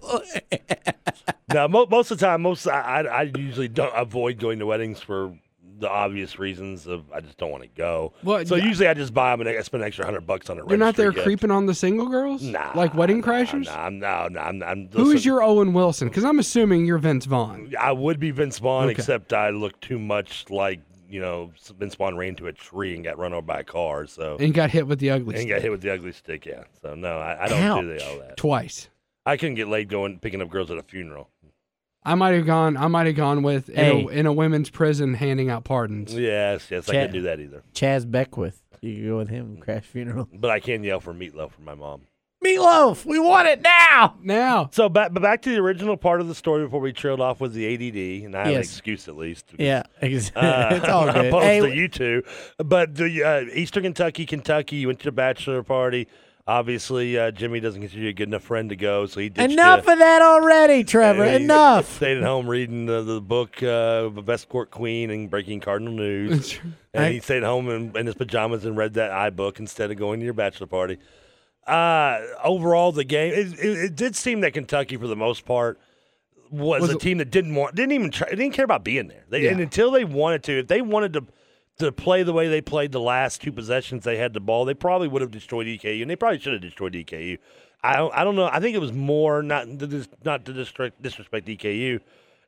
now, mo- most of the time, most I, I, I usually don't avoid going to weddings for the obvious reasons of I just don't want to go.
Well,
so
yeah.
usually I just buy them and I spend an extra hundred bucks on a
You're not
registry
there
gift.
creeping on the single girls,
Nah,
like wedding crashers.
Nah, I'm, no, no, I'm, I'm
Who is
listen,
your Owen Wilson? Because I'm assuming you're Vince Vaughn.
I would be Vince Vaughn,
Okay.
except I look too much like you know Vince Vaughn ran into a tree and got run over by a car. So
And got hit with the ugly
and got hit with the ugly stick. Yeah. So no, I, I don't do the, all that.
twice.
I couldn't get laid going picking up girls at a funeral.
I might have gone. I might have gone with in,
Hey.
a, in a women's prison handing out pardons.
Yes, yes, I
Chad-
can't do that either.
Chaz Beckwith. You could go with him. Crash funeral.
But I can yell for meatloaf for my mom.
Meatloaf. We want it now.
Now.
So back, but back to the original part of the story before we trailed off with the ADD, and I have an
Yes.
excuse at least.
Yeah, ex-
Uh,
it's all good.
Opposed
Hey,
to you two, but the uh, Eastern Kentucky, Kentucky, you went to the bachelor party. Obviously, uh, Jimmy doesn't consider you a good enough friend to go, so he ditched
enough
you.
of that already, Trevor.
And he
enough.
Stayed at home reading the, the book, uh, Best Court Queen and Breaking Cardinal News. and
I-
he stayed home in, in his pajamas and read that I book instead of going to your bachelor party. Uh, overall, the game it, it, it did seem that Kentucky, for the most part, was,
Was
a
it-
team that didn't want, didn't even try, didn't care about being there. They,
Yeah.
And until they wanted to, if they wanted to to play the way they played the last two possessions, they had the ball. They probably would have destroyed EKU, and they probably should have destroyed EKU. I don't, I don't know. I think it was more not to dis, not to distract, disrespect EKU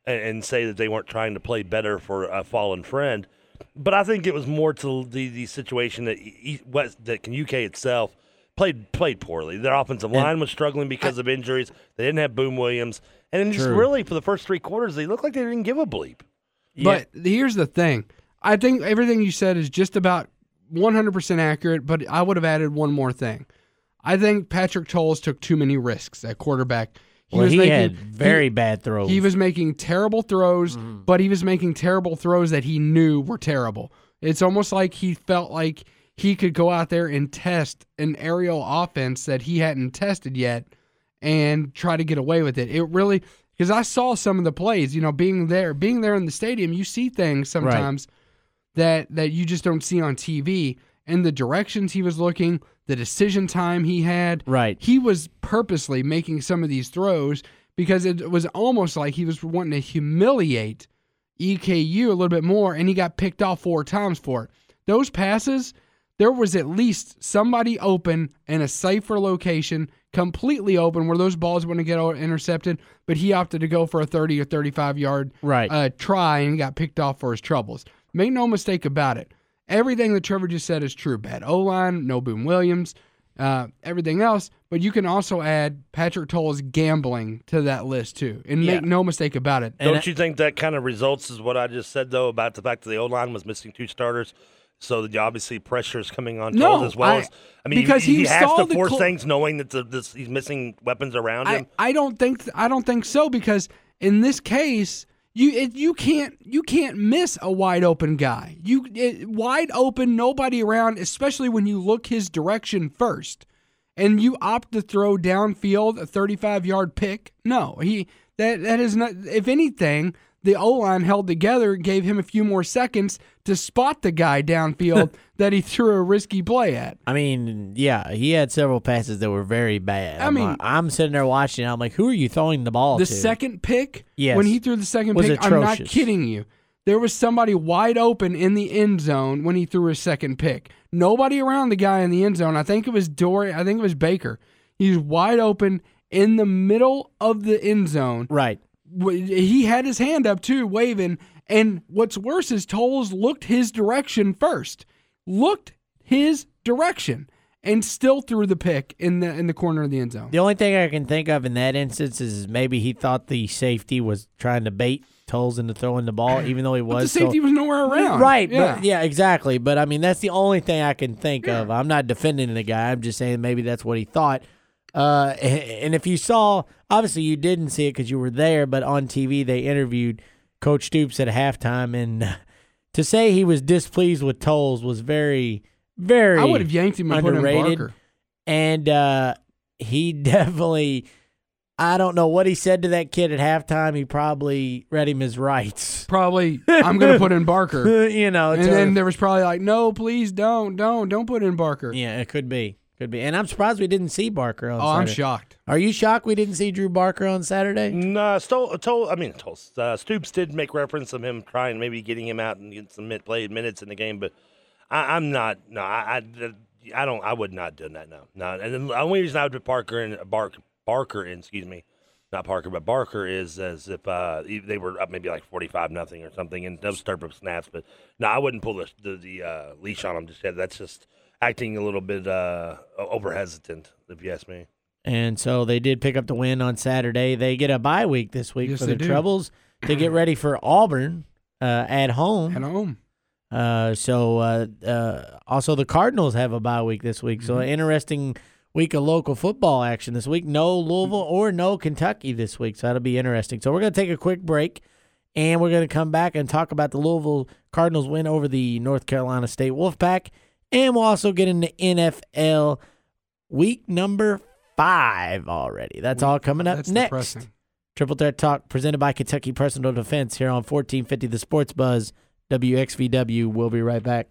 and, and say that they weren't trying to play better for a fallen friend, but I think it was more to the the situation that E- E- West that UK itself. Played played poorly. Their offensive
And-
line was struggling because of injuries. They didn't have Boom Williams, and then just
True.
really for the first three quarters, they looked like they didn't give a bleep.
But here's the thing. I think everything you said is just about 100% accurate, but I would have added one more thing. I think Patrick Tolles took too many risks at quarterback.
well,
was
he
making-
had very
he-
bad throws. Mm-hmm.
He was making terrible throws, but he was making terrible throws that he knew were terrible. It's almost like he felt like he could go out there and test an aerial offense that he hadn't tested yet and try to get away with it. It really because I saw some of the plays, you know, being there, being there in the stadium, you see things sometimes that that you just don't see on TV and the directions he was looking, the decision time he had.
Right.
He was purposely making some of these throws because it was almost like he was wanting to humiliate EKU E a little bit more and he got picked off four times for it. Those passes, there was at least somebody open in a safer location, completely open where those balls wouldn't get intercepted, but he opted to go for a 30 or 35 yard
Right.
uh, try and got picked off for his troubles. Make no mistake about it. Everything that Trevor just said is true. Bad O line, no Boom Williams, uh, everything else. But you can also add Patrick Toll's gambling to that list too, and
Yeah.
make no mistake about it.
Don't you think that kind of results is what I just said though about the fact that the O line was missing two starters, so that obviously pressure is coming on
No,
Toles as well
I-
as I mean
because
he,
he
has
saw
to
the
force
cl-
things knowing that the, this, he's missing weapons around him.
I, I don't think I don't think so because in this case you it, you can't you can't miss a wide open guy. You it, wide open, nobody around, especially when you look his direction first, and you opt to throw downfield a thirty five yard pick. No, he that that is not. If anything. The O line held together, gave him a few more seconds to spot the guy downfield that he threw a risky play at.
I mean, yeah, he had several passes that were very bad.
I
I'm
mean-
like- I'm sitting there watching. I'm like, who are you throwing the ball
the
to?
second pick
Yes.
when he threw the second
Was
pick i'm not
atrocious.
kidding you There was somebody wide open in the end zone when he threw his second pick. Nobody around the guy in the end zone. I think it was Dory. I think it was Baker. He's wide open in the middle of the end zone.
Right.
He had his hand up too, waving. And what's worse is Tolles looked his direction first. Looked his direction and still threw the pick in the in the corner of the end zone.
The only thing I can think of in that instance is maybe he thought the safety was trying to bait Tolles into throwing the ball, even though he
But
was.
the safety
so-
was nowhere around.
Right.
Yeah.
But, yeah, exactly. But I mean, that's the only thing I can think of. I'm not defending the guy. I'm just saying maybe that's what he thought. Uh, and if you saw, obviously you didn't see it because you were there, but on TV they interviewed Coach Stoops at halftime, and to say he was displeased with Tolles was very, very.
I would have yanked him and put in
underrated.
Barker.
And uh, he definitely, I don't know what he said to that kid at halftime. He probably read him his rights.
Probably, I'm going to put in Barker.
you know,
and
to-
then there was probably like, no, please don't, don't, don't put in Barker.
Yeah, it could be. Could be. And I'm surprised we didn't see Barker on
Oh, I'm
Saturday.
shocked.
Are you shocked we didn't see Drew Barker on Saturday?
Nah, Stol- Tol- I mean, Tol- uh, Stoops did make reference of him trying maybe getting him out and getting some mid- played minutes in the game, but I- I'm not. No, I, I, I don't. I would not done that. No, no. And then the only reason I would put Parker and Bark Barker in, excuse me, not Parker, but Barker is as if uh, they were up maybe like 45 nothing or something, and those type of snaps. But no, I wouldn't pull the the, the uh, leash on him just yet. That's just acting a little bit uh, over hesitant, if you ask me.
And so they did pick up the win on Saturday. They get a bye week this week
Yes,
for
they
the
do.
Troubles to get ready for Auburn uh, at home. At
home.
Uh, so uh, uh, also the Cardinals have a bye week this week. So
Mm-hmm.
an interesting week of local football action this week. No Louisville
Mm-hmm.
or no Kentucky this week. So that'll be interesting. So we're gonna take a quick break, and we're gonna come back and talk about the Louisville Cardinals win over the North Carolina State Wolfpack, and we'll also get into NFL week number five already. That's all coming up
That's
next.
depressing.
Triple Threat Talk presented by Kentucky Personal Defense here on 1450 The Sports Buzz, WXVW. We'll be right back.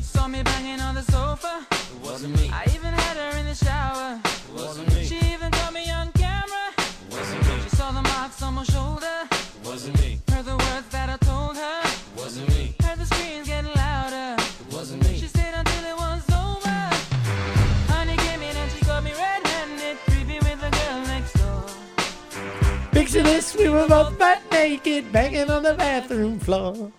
Saw me banging on the sofa. It wasn't me. I even had her in the shower. It wasn't me. She even caught me on camera. It wasn't me. She saw the marks on my shoulder. It wasn't me. Heard the words that I told her. It wasn't me. Heard the screams getting louder. It wasn't me. She stayed until it was over. Honey came in and she caught me red-handed, creepy with the girl next door.
Picture this, we were both butt naked, banging on the bathroom floor.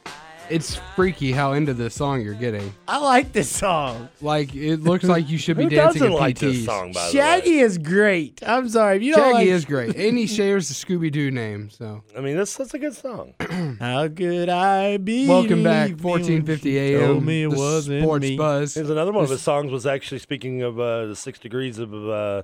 It's freaky how into this song you're getting.
I like this song.
Like it looks like you should be
Who
dancing
doesn't
at
like
PTs.
this song, by the Shaggy way? is great. I'm sorry, if you don't
Shaggy
like-
is great, and he shares the Scooby Doo name. So
I mean, that's that's a good song.
How good I be.
Welcome back, 1450 AM.
Told me it
the
wasn't
Sports
me.
Buzz.
There's another one of
This-
his songs was actually speaking of uh, the six degrees of, uh,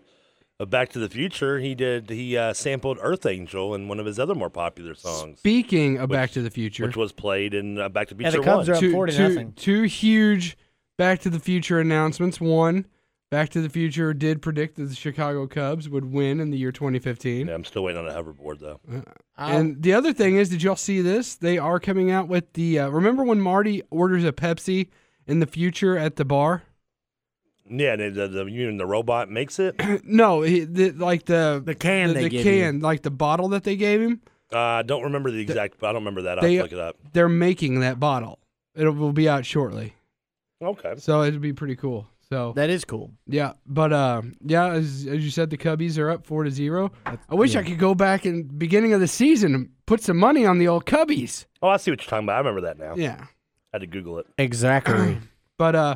of Back to the Future. He did he uh, sampled Earth Angel in one of his other more popular songs,
Speaking of Back to the Future,
which was played in uh, Back to the
Yeah,
Future
the
One.
Cubs are up Two- 40 two- nothing. two huge Back to the Future announcements. One, Back to the Future did predict that the Chicago Cubs would win in the year 2015.
I'm still waiting on a hoverboard though.
Uh. and the other thing is, did y'all see this? They are coming out with the. Uh, remember when Marty orders a Pepsi in the future at the bar?
Yeah, and the, the, you mean the robot makes it.
no, he, the, like the the
can
the,
they give you.
can like the bottle that they gave him.
Uh, I don't remember the exact. I don't remember that. I'll have
they,
to look it up.
They're making that bottle. It will be out shortly.
Okay.
So it'd be pretty cool. So
that is cool.
Yeah, but uh, yeah, as, as you said, the Cubbies are up four to zero. I wish I could go back in beginning of the season and put some money on the old Cubbies.
Oh, I see what you're talking about. I remember that now.
Yeah.
I had to Google it.
Exactly.
But uh,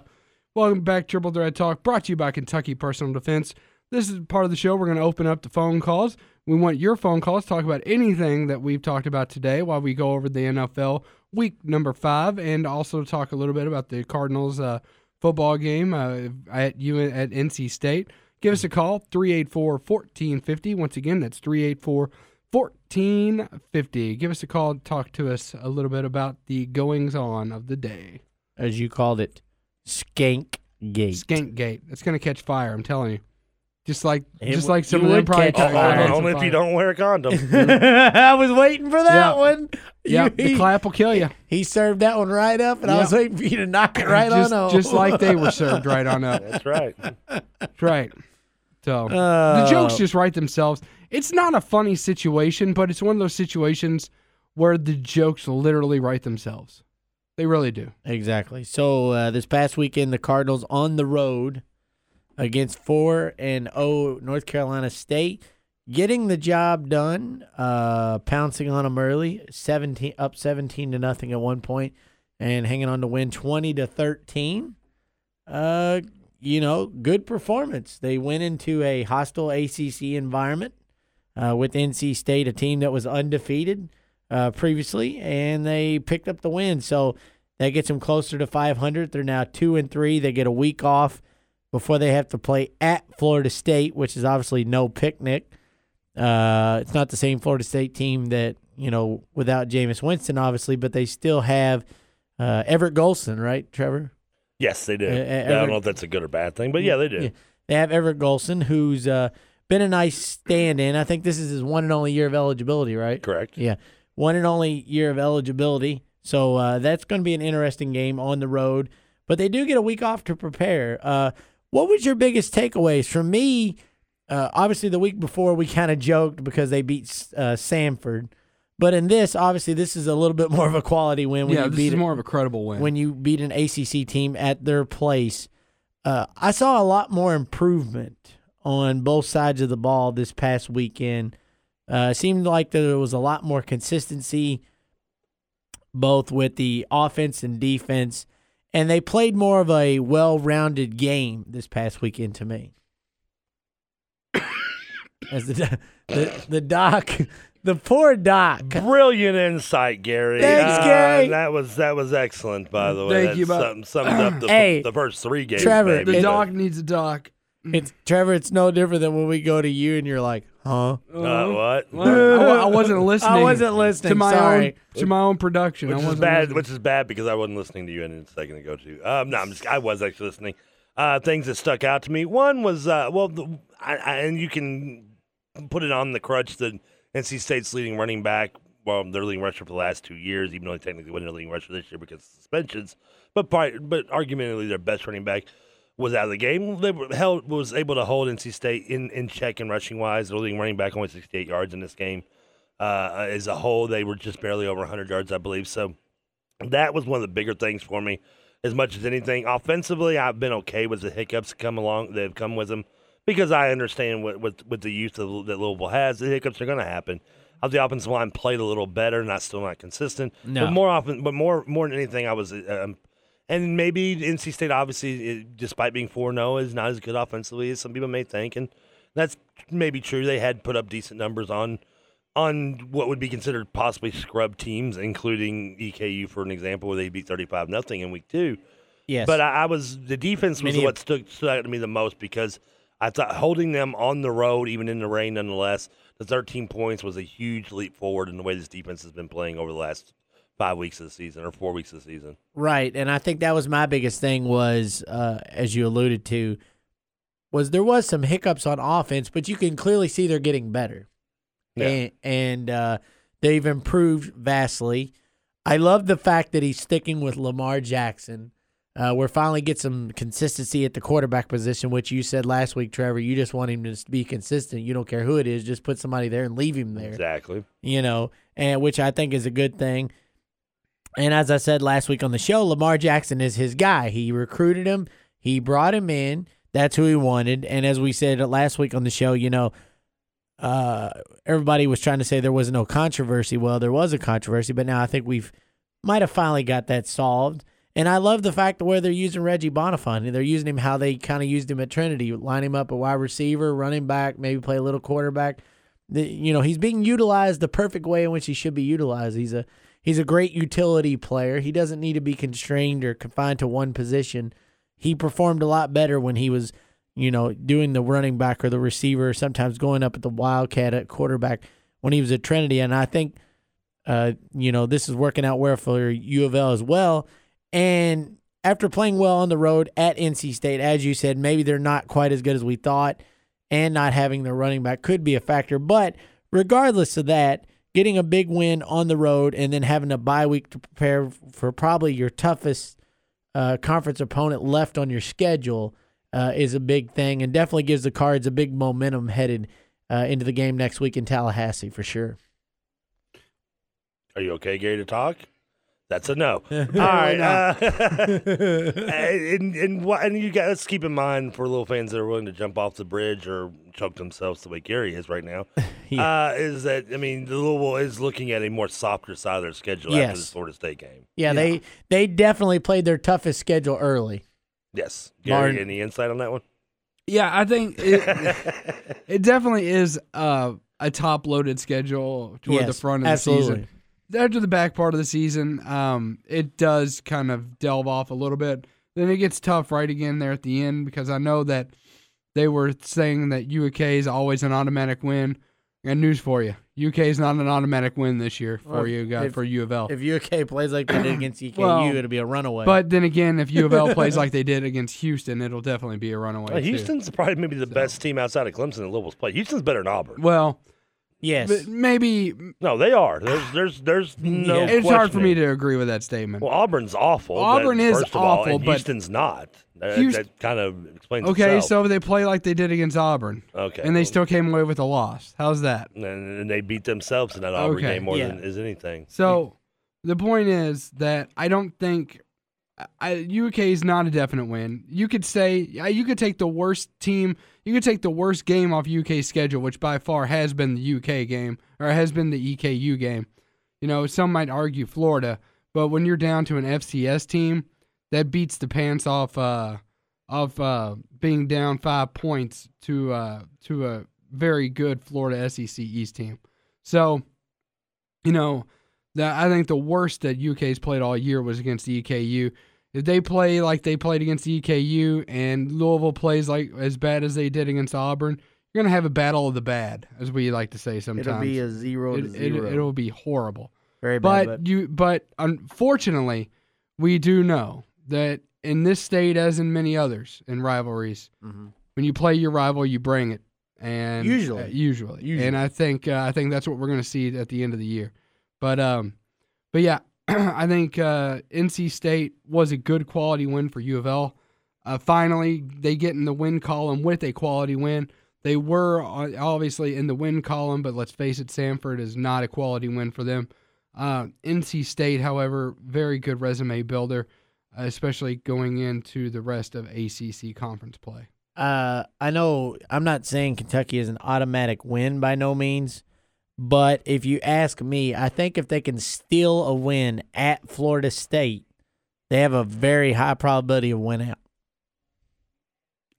welcome back, Triple Threat Talk, brought to you by Kentucky Personal Defense. This is part of the show. We're going to open up the phone calls. We want your phone calls. Talk about anything that we've talked about today while we go over the NFL week number five, and also talk a little bit about the Cardinals uh, football game uh, at you at NC State. Give us a call 384 1450. Once again, that's 384 1450. Give us a call. Talk to us a little bit about the goings on of the day.
As you called it, Skank Gate.
Skank Gate. It's gonna catch fire. I'm telling you. Just like
It
just
w-
like some
you
of them
would
probably
catch Oh, fire.
caught
Only
on
if
fire.
you don't wear a condom.
Mm-hmm. I was waiting for that
Yeah.
one.
Yeah,
You-
the clap will kill you.
He served that one right up, and I was
Yeah.
waiting for you to knock it right
just,
on home.
just like they were served right on up.
That's right.
That's right. So
Oh.
the jokes just write themselves. It's not a funny situation, but it's one of those situations where the jokes literally write themselves. They really do.
Exactly. So uh, this past weekend, the Cardinals on the road against four and O North Carolina State, getting the job done, uh, pouncing on them early, seventeen up seventeen to nothing at one point, and hanging on to win twenty to thirteen. Uh, you know, good performance. They went into a hostile ACC environment uh, with NC State, a team that was undefeated uh, previously, and they picked up the win. So that gets them closer to 500. They're now two and three. They get a week off before they have to play at Florida State, which is obviously no picnic. Uh, it's not the same Florida State team that you know without Jameis Winston, obviously, but they still have uh, Everett Golson, right, Trevor?
Yes,
E-,
they do.
Uh, uh,
I don't
Everett-
know if that's a good or bad thing, but yeah, they do.
Yeah. They have Everett Golson, who's uh, been a nice stand-in. I think this is his one and only year of eligibility, right?
Correct.
Yeah, one and only year of eligibility. So uh, that's going to be an interesting game on the road. But they do get a week off to prepare. Uh, what was your biggest takeaways? For me, uh, obviously the week before we kind of joked because they beat uh, Samford. But in this, obviously, this is a little bit more of a quality win. When
yeah,
you
this
beat
is
it-
more of a credible win.
when you beat an ACC team at their place. Uh, I saw a lot more improvement on both sides of the ball this past weekend. Uh, it seemed like there was a lot more consistency, both with the offense and defense, and they played more of a well-rounded game this past weekend to me. As the the, the doc, the poor doc.
Brilliant insight, Gary.
Thanks,
Ah,
Gary.
That was that was excellent, by the way.
Thank
that
you, bud.
sum- summed up the,
Hey,
the first three games.
Trevor,
maybe, Uh,
the
but-
Doc needs a doc.
It's Trevor. It's no different than when we go to you and you're like, huh?
Uh-huh.
Uh, what?
I, wa- I wasn't listening.
I wasn't listening.
to my
sorry.
own to my own production.
Which
I
is
wasn't
bad.
listening.
Which is bad because I wasn't listening to you any second ago too. Um, no, I'm just, I was actually listening. Uh, things that stuck out to me. One was uh, well, the, I, I, and you can put it on the crutch that NC State's leading running back. Well, their leading rusher for the last two years, even though they technically wasn't their leading rusher this year because of suspensions. But pri- but argumentally their best running back was out of the game. They were held was able to hold NC State in, in check and rushing wise. Their leading running back only 68 yards in this game. Uh, as a whole, they were just barely over 100 yards, I believe. So that was one of the bigger things for me as much as anything offensively i've been okay with the hiccups that come along that have come with them because i understand what with, with the youth of, that louisville has the hiccups are going to happen How the offensive line played a little better not still not consistent
No.
but more often but more more than anything i was um, and maybe nc state obviously it- despite being 4-0 is not as good offensively as some people may think and that's maybe true they had put up decent numbers on on what would be considered possibly scrub teams, including EKU for an example, where they beat thirty-five nothing in week two.
Yes.
but I, I was the defense was
Many of-
what stood, stood out to me the most because I thought holding them on the road, even in the rain, nonetheless, the thirteen points was a huge leap forward in the way this defense has been playing over the last five weeks of the season or four weeks of the season.
Right, and I think that was my biggest thing was, uh, as you alluded to, was there was some hiccups on offense, but you can clearly see they're getting better,
Yeah.
and, and uh, they've improved vastly. I love the fact that he's sticking with Lamar Jackson. Uh, we're finally get some consistency at the quarterback position, which you said last week, Trevor. You just want him to be consistent. You don't care who it is, just put somebody there and leave him there
Exactly.
you know, and which I think is a good thing. And as I said last week on the show, Lamar Jackson is his guy. He recruited him, he brought him in. That's who he wanted. And as we said last week on the show, you know, uh, everybody was trying to say there was no controversy. Well, there was a controversy, but now I think we've might have finally got that solved. And I love the fact that where they're using Reggie Bonifant, they're using him how they kind of used him at Trinity, line him up at wide receiver, running back, maybe play a little quarterback. The, you know, he's being utilized the perfect way in which he should be utilized. He's a he's a great utility player. He doesn't need to be constrained or confined to one position. He performed a lot better when he was, you know, doing the running back or the receiver, sometimes going up at the wildcat at quarterback when he was at Trinity. And I think uh, you know, this is working out well for U of L as well. And after playing well on the road at NC State, as you said, maybe they're not quite as good as we thought, and not having their running back could be a factor. But regardless of that, getting a big win on the road and then having a bye week to prepare for probably your toughest uh, conference opponent left on your schedule, uh, is a big thing and definitely gives the Cards a big momentum headed uh, into the game next week in Tallahassee for sure.
Are you okay, Gary, to talk? That's a no. All right. Uh, and, and, what, and you guys keep in mind for little fans that are willing to jump off the bridge or choke themselves the way Gary is right now, uh, is that, I mean, the Louisville is looking at a more softer side of their schedule
Yes.
after the Florida State game.
Yeah, they they definitely played their toughest schedule early.
Yes. Gary,
Martin-
any insight on that one?
Yeah, I think it, it definitely is uh, a top loaded schedule toward the
Yes,
front of the
absolutely.
season. After the back part of the season, um, it does kind of delve off a little bit. Then it gets tough right again there at the end because I know that they were saying that UK is always an automatic win. And news for you UK is not an automatic win this year for
Well,
you guys,
if-
for U of L.
If UK plays like they did against EKU,
Well,
it'll be a runaway.
But then again, if U of L plays like they did against Houston, it'll definitely be a runaway.
Uh,
too.
Houston's probably maybe the best team outside of Clemson that Louisville's played. Houston's better than Auburn.
Well,
yes,
but maybe
No, they are. There's, there's, there's no.
it's hard for
questioning.
me to agree with that statement.
Well, Auburn's awful.
Well, Auburn
that-
is
first of all,
awful,
and
but-
Houston's not. That,
Houston-
that kind of explains
okay,
itself.
so they play like they did against Auburn.
Okay,
and they
well-
still came away with a loss. How's that?
and, and they beat themselves in that Auburn
Okay.
game more
Yeah.
than is anything.
So
Hmm.
the point is that I don't think I, UK is not a definite win. You could say yeah, you could take the worst team, you could take the worst game off UK's schedule, which by far has been the UK game or has been the EKU game. You know, some might argue Florida, but when you're down to an FCS team that beats the pants off uh, of uh, being down five points to uh, to a very good Florida SEC East team. So, you know, that I think the worst that UK's played all year was against the EKU. If they play like they played against the EKU and Louisville plays like as bad as they did against Auburn, you're gonna have a battle of the bad, as we like to say sometimes.
be a zero to
It- it-
zero.
it'll be horrible.
Very bad.
But,
But,
you, but unfortunately, we do know that in this state, as in many others in rivalries, when you play your rival, you bring it, and
Usually.
uh, usually,
Usually.
and I think uh, I think that's what we're going to see at the end of the year. But um, but yeah, I think uh, NC State was a good quality win for U of L. Uh, finally, they get in the win column with a quality win. They were uh, obviously in the win column, but let's face it, Sanford is not a quality win for them. Uh, NC State, however, very good resume builder, uh, especially going into the rest of ACC conference play.
uh, I know I'm not saying Kentucky is an automatic win by no means, but if you ask me, I think if they can steal a win at Florida State, they have a very high probability of win out.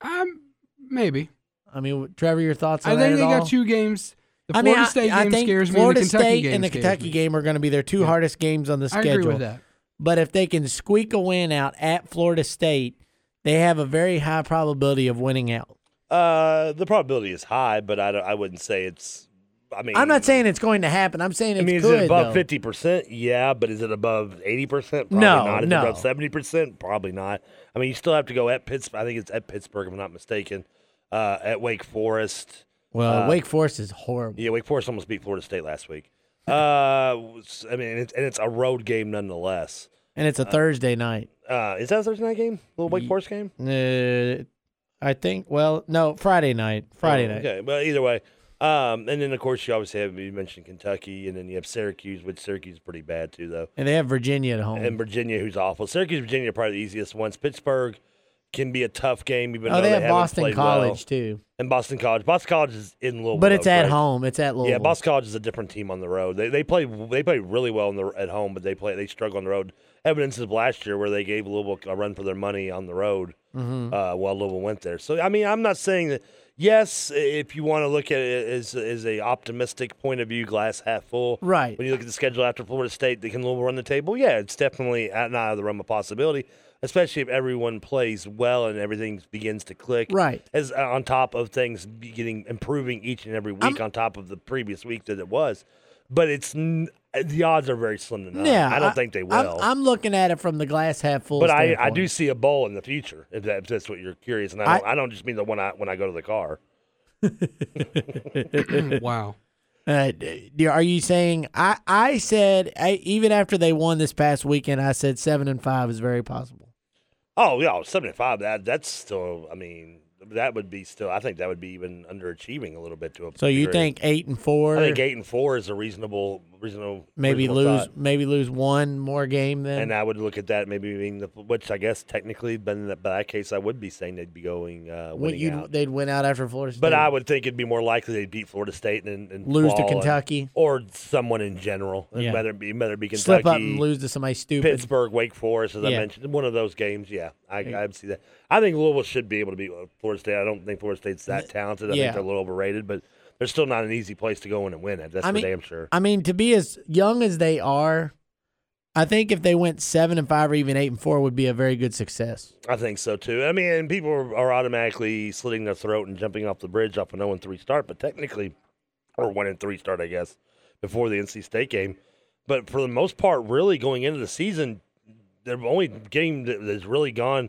Um, maybe.
I mean, Trevor, your thoughts on
I think
that
they
at
got
all?
two games. The
I
Florida
mean, I-
State game
I think
scares
Florida
me. The Kentucky
State
game
and the
scares
Kentucky
me.
game are going to be their two hardest games on the
I
schedule.
agree with that.
But if they can squeak a win out at Florida State, they have a very high probability of winning out.
Uh, the probability is high, but I, don't- I wouldn't say it's. I mean,
I'm not saying it's going to happen. I'm saying
I
it
mean, is
could.
it above
though.
fifty percent? Yeah, but is it above eighty percent? Probably
No,
not. Is
no.
it above seventy percent? Probably not. I mean, you still have to go at Pittsburgh. I think it's at Pittsburgh, if I'm not mistaken. Uh, at Wake Forest.
Well,
Uh,
Wake Forest is horrible.
Yeah, Wake Forest almost beat Florida State last week. Uh, was- I mean, and it's, and it's a road game nonetheless.
And it's a
uh,
Thursday night.
Uh, is that a Thursday night game? Little Wake Forest game.
Uh, I think, well, no, Friday night. Friday
Oh,
night.
Okay, well, either way, um, and then of course you obviously have you mentioned Kentucky, and then you have Syracuse, which Syracuse is pretty bad too, though,
And they have Virginia at home.
and Virginia, who's awful. Syracuse, Virginia, are probably the easiest ones. Pittsburgh can be a tough game, even
Oh,
though
they
they,
have
haven't
Boston
played
College,
well.
too.
and Boston College. Boston College is in Louisville,
But it's
though,
at
correct?
home. It's at Louisville.
Yeah, Boston College is a different team on the road. They they play they play really well on the at home, but they play they struggle on the road. Evidence of last year where they gave Louisville a run for their money on the road
Mhm.
uh, while Louisville went there. So I mean, I'm not saying that. Yes, i- if you want to look at it as as a optimistic point of view, glass half full.
Right.
When you look at the schedule after Florida State, they can Louisville run the table. Yeah, it's definitely out- not out of the realm of possibility. Especially if everyone plays well and everything begins to click,
Right.
As uh, on top of things be getting improving each and every week on top of the previous week that it was, but it's n- the odds are very slim to none.
Yeah,
Uh, I don't think they
I'm-
will.
I'm, looking at it from the glass half full.
but I, I
standpoint.
do see a bowl in the future if, that, if that's what you're curious. And I
I-
don't, I, don't just mean the one I when I go to the car.
wow.
Uh, d- d- are you saying I? I said I, even after they won this past weekend, I said seven and five is very possible.
Oh yeah, seventy five. That that's still. I mean, that would be still. I think that would be even underachieving a little bit to a.
So you
degree.
think eight and four?
I think eight and four is a reasonable, reasonable.
Maybe
reasonable
lose
thought.
maybe lose one more game then.
And I would look at that maybe being the which I guess technically, but in that, by that case, I would be saying they'd be going uh,
Wouldn't
winning
you-
out.
they'd win out after Florida State.
But I would think it'd be more likely they'd beat Florida State and, and
Lose to
fall and-
Kentucky.
or someone in general.
Yeah.
Yeah. Whether it be whether it be Kentucky,
slip up and lose to somebody stupid.
Pittsburgh, Wake Forest, as I
Yeah.
mentioned, one of those games. Yeah, I,
Yeah.
I'd see that. I think Louisville should be able to beat Florida State. I don't think Florida State's that talented. I
yeah.
think they're a little overrated, but they're still not an easy place to go in and win it. That's
I
for
mean,
damn sure.
I mean, to be as young as they are, I think if they went seven and five or even eight and four would be a very good success.
I think so too. I mean, and people are are automatically slitting their throat and jumping off the bridge off an 0 3 start, but technically, or 1 3 start, I guess, before the NC State game. But for the most part, really going into the season, the only game that has really gone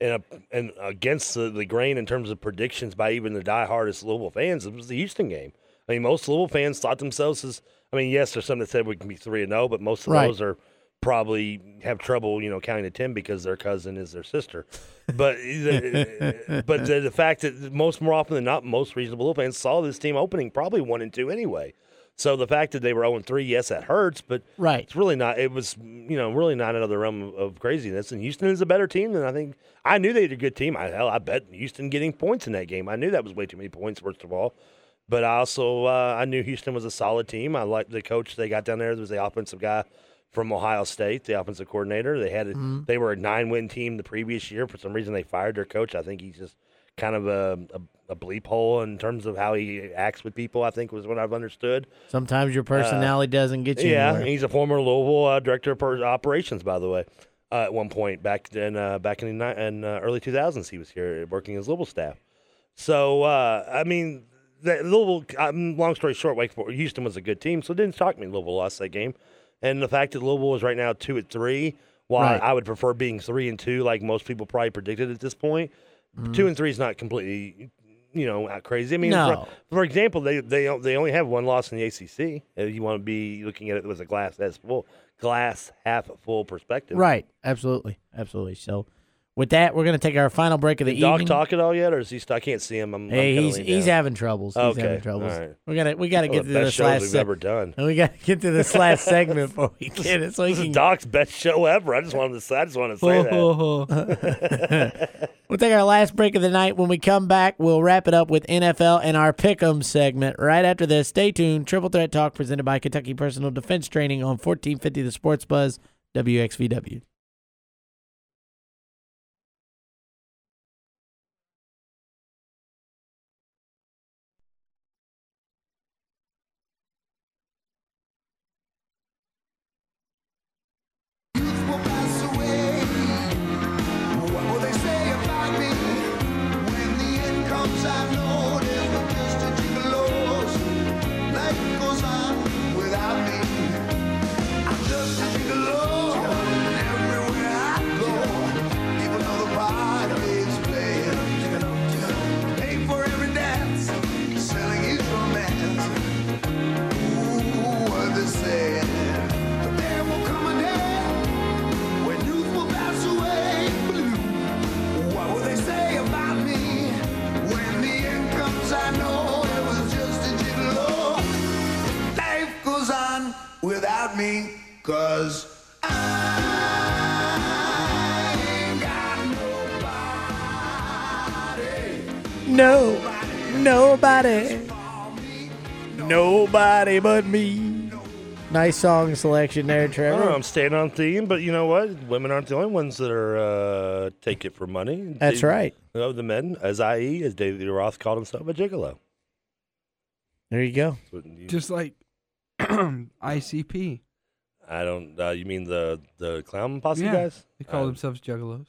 in a, in, against the, the grain in terms of predictions by even the diehardest Louisville fans was the Houston game. I mean, most Louisville fans thought themselves as, I mean, yes, there's some that said we can be 3 and 0, but most of
Right.
those are probably have trouble, you know, counting to 10 because their cousin is their sister. But uh, the, but the, the fact that most more often than not, most reasonable Louisville fans saw this team opening probably 1 and 2 anyway. So the fact that they were 0 3, yes, that hurts, but
Right.
it's really not. It was you know really not another realm of, of craziness. And Houston is a better team than I think. I knew they had a good team. I hell, I bet Houston getting points in that game. I knew that was way too many points first of all. But I also uh, I knew Houston was a solid team. I liked the coach they got down there. There was the offensive guy from Ohio State, the offensive coordinator. They had a,
Mhm.
they were a nine win team the previous year. For some reason, they fired their coach. I think he's just kind of a, a, a bleep hole in terms of how he acts with people. I think was what I've understood.
Sometimes your personality doesn't get you.
Yeah,
anywhere.
and he's a former Louisville uh, director of per- operations, by the way. Uh, at one point back in uh, back in the ni- in, uh, early 2000s, he was here working as Louisville staff. So uh, I mean, that Louisville. Um, long story short, Wake Forest, Houston was a good team, so it didn't shock me. Louisville lost that game, and the fact that Louisville is right now two at three. While
Right.
I would prefer being three and two, like most people probably predicted at this point,
Mhm.
two and three is not completely, you know, out crazy. I mean,
No.
for, for example, they they o- they only have one loss in the ACC. Uh, You want to be looking at it with a glass that's full, glass half full perspective.
Right. Absolutely. Absolutely. So with that, we're gonna take our final break of the
Did Doc
evening.
talk at all yet, or is he? Still, I can't see him. I'm, I'm
Hey,
kinda
he's
leaned
he's
down.
having troubles. He's
okay.
having troubles.
All right.
We gotta we gotta
One
get
of
to
the best
this
shows
last
we've
se-
ever done.
We gotta get to this last segment before we
This-
get it. So we
this
can
is Doc's best show ever. I just wanted to. I just wanted to say that.
We'll take our last break of the night. When we come back, we'll wrap it up with NFL and our pick'em segment right after this. Stay tuned. Triple Threat Talk presented by Kentucky Personal Defense Training on 1450 The Sports Buzz, WXVW.
Selling his romance. Ooh, what they said. But there will come a day when youth will pass away. What will they say about me when the end comes? I know it was just a gigolo. Life goes on without me, cause I ain't got nobody.
No, nobody, nobody but me. Nice song selection there,
I don't know.
Trevor.
I'm staying on theme, but you know what? Women aren't the only ones that are uh, take it for money.
That's
They-
right.
You know, the men, as I.E., as David Lee Roth called himself, a gigolo.
There you go.
Just like ICP.
I don't. Uh, you mean the the clown posse
yeah,
guys?
They call
Uh,
themselves juggalos.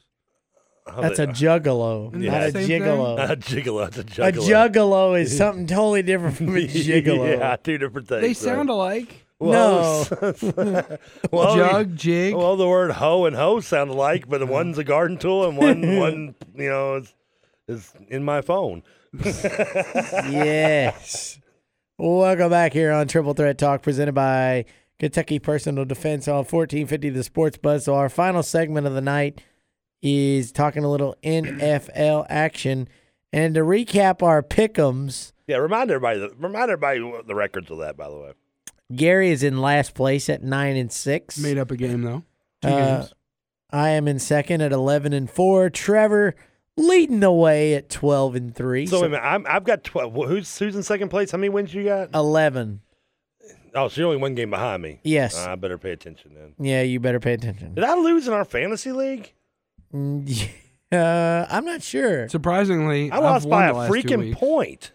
how
That's
they-
a juggalo,
Yeah.
not a
Same
thing?
gigolo.
Not a gigolo. It's a juggalo.
A juggalo is something totally different from a gigolo.
yeah, two different things.
They
right?
sound alike.
Well,
No.
well,
Jug,
you-
jig. Uh-huh.
Well, the word hoe and hoe sound alike, but one's a garden tool and one one you know is is in my phone.
yes. Welcome back here on Triple Threat Talk, presented by Kentucky Personal Defense on 1450 The Sports Buzz. So, our final segment of the night is talking a little NFL action. And to recap our pick'ems,
Yeah, remind everybody. The, remind everybody what the records of that. By the way,
Gary is in last place at nine and six.
Made up a game though. Two
Uh,
games.
I am in second at eleven and four. Trevor leading the way at twelve and three.
so, wait a minute. I'm, I've got twelve. Wh- Who's who's in second place? How many wins you
Uh,
got?
eleven.
Oh, so you're only one game behind me.
Yes.
Uh, I better pay attention then.
Yeah, you better pay attention.
Did I lose in our fantasy league?
Mm, Uh, I'm not sure.
Surprisingly,
I lost by a freaking point.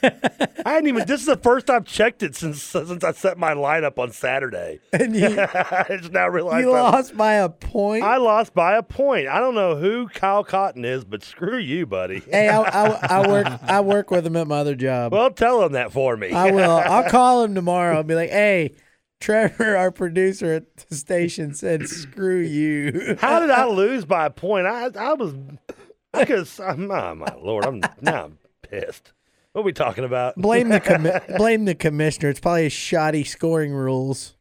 I hadn't even. This is the first I've checked it since since I set my lineup on Saturday.
And you-
I just now realized
You
I-
lost by a point.
I lost by a point. I don't know who Kyle Cotton is, but screw you, buddy.
hey, I, I, I work I work with him at my other job.
Well, tell him that for me.
I will. I'll call him tomorrow. I'll be like, hey, Trevor, our producer at the station said, screw you.
How did I lose by a point? I I was I could I'm oh my lord, I'm now I'm pissed. What are we talking about?
blame the commi- blame the commissioner? It's probably his shoddy scoring rules.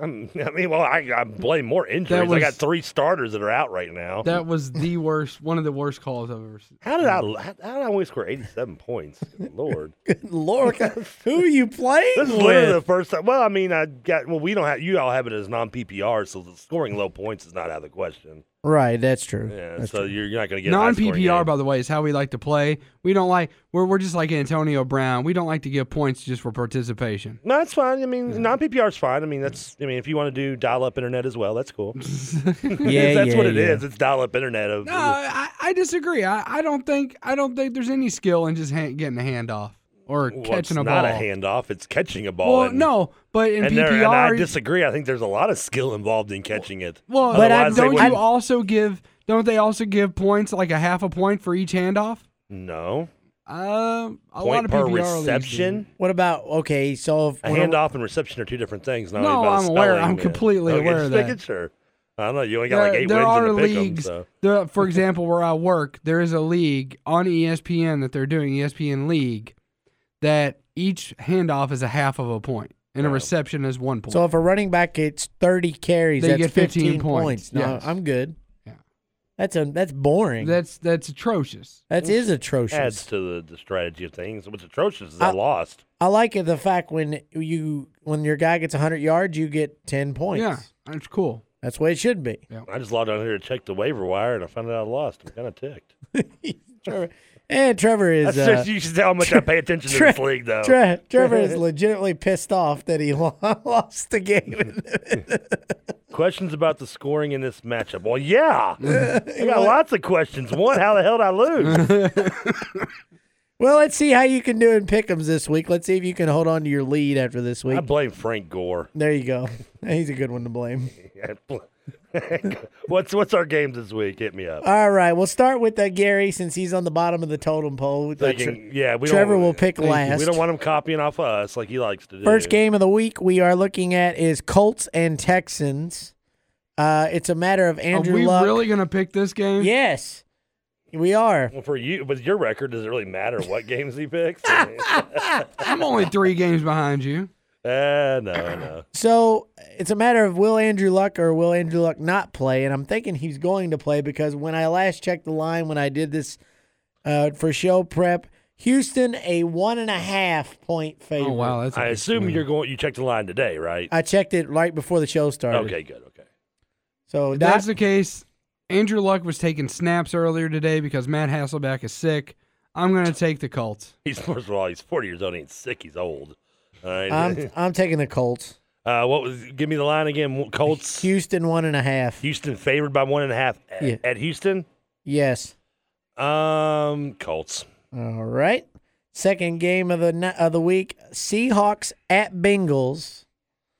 I'm- i mean, well, I, I blame more injuries. I
was-
got three starters that are out right now.
That was the worst, one of the worst calls I've ever seen.
how did I? How, how did I only score eighty-seven points? Good Lord,
Good lord, who are you playing?
this is literally the
with?
first time. Well, I mean, I got. Well, we don't have. You all have it as non-PPR, so the scoring low points is not out of the question.
Right, that's true.
Yeah,
That's
so you're, you're not going to get a high
Non
scoring
PPR, by the way, is how we like to play. We don't like we're we're just like Antonio Brown. We don't like to give points just for participation.
No, that's fine. I mean, non PPR is fine. I mean, that's. I mean, if you want to do dial-up internet as well, that's cool.
Yeah,
that's
yeah,
what it
yeah.
is. It's dial-up internet. Of,
No, I, I disagree. I, I don't think I don't think there's any skill in just hand, getting a handoff or
well,
catching
it's
a ball.
not a handoff. It's catching a ball.
well,
and-
no, but in
and,
PPR,
there- and I disagree. I think there's a lot of skill involved in catching it.
well, but I,
Otherwise, they
don't
wouldn't-
you also give don't they also give points like a half a point for each handoff?
no
Um, a lot
point
of
per
PPR leagues do.
reception.
What about okay? So if
A
when-
handoff and reception are two different things. Not
No,
only about
I'm aware.
spelling,
I'm
uh,
completely
okay,
aware
just
of that.
making sure. I don't know. You only got like eight
there
wins
are
in the pick 'em,
leagues.
so.
there- for example, where I work, there is a league on E ESPN that they're doing E ESPN League that each handoff is a half of a point and a reception is one point.
so if a running back gets thirty carries,
They
that's
get 15 points,
No,
yes.
I'm good. That's a that's boring.
that's that's atrocious.
That is atrocious.
Adds to the, the strategy of things. What's atrocious is I,
I-
lost.
I like it, the fact when you when your guy gets 100 yards, you get 10 points.
Yeah, that's cool.
That's the way it should be.
I just logged on here to check the waiver wire, and I found out I lost. I'm kind of ticked.
Trevor, and Trevor is
That's
uh,
just, you should tell how much I pay attention to
Tre-
this league, though.
Tre- Trevor is legitimately pissed off that he lo- lost the game.
Questions about the scoring in this matchup? Well, yeah, I got lots of questions. One, how the hell did I lose?
well, let's see how you can do in pick'ems this week. Let's see if you can hold on to your lead after this week.
I blame Frank Gore.
there you go. He's a good one to blame.
what's what's our game this week? Hit me up.
All right, we'll start with uh, Gary since he's on the bottom of the totem pole.
They
Uh, Tre-
can- yeah, we
Trevor
don't,
will pick last.
We don't want him copying off us like he likes to do.
First game of the week we are looking at is Colts and Texans. Uh, it's a matter of Andrew
Are we
Luck.
really gonna pick this game?
Yes, we are.
Well, for you, with your record, does it really matter what games he picks?
I'm only three games behind you.
Uh, no, no.
So it's a matter of will Andrew Luck or will Andrew Luck not play? And I'm thinking he's going to play because when I last checked the line when I did this uh, for show prep, Houston a one and a half point favorite.
Oh, that's.
I assume you're going. You checked the line today, right?
I checked it right before the show started.
Okay, good. Okay.
So
If
that,
that's the case, Andrew Luck was taking snaps earlier today because Matt Hasselback is sick. I'm gonna take the Colts.
He's first of all, he's 40 years old. He's sick. He's old. All right.
I'm I'm taking the Colts.
uh, what was? Give me the line again. Colts.
Houston one and a half.
Houston favored by one and a half at,
Yeah.
at Houston.
Yes.
Um, Colts.
All right. Second game of the ni- of the week: Seahawks at Bengals.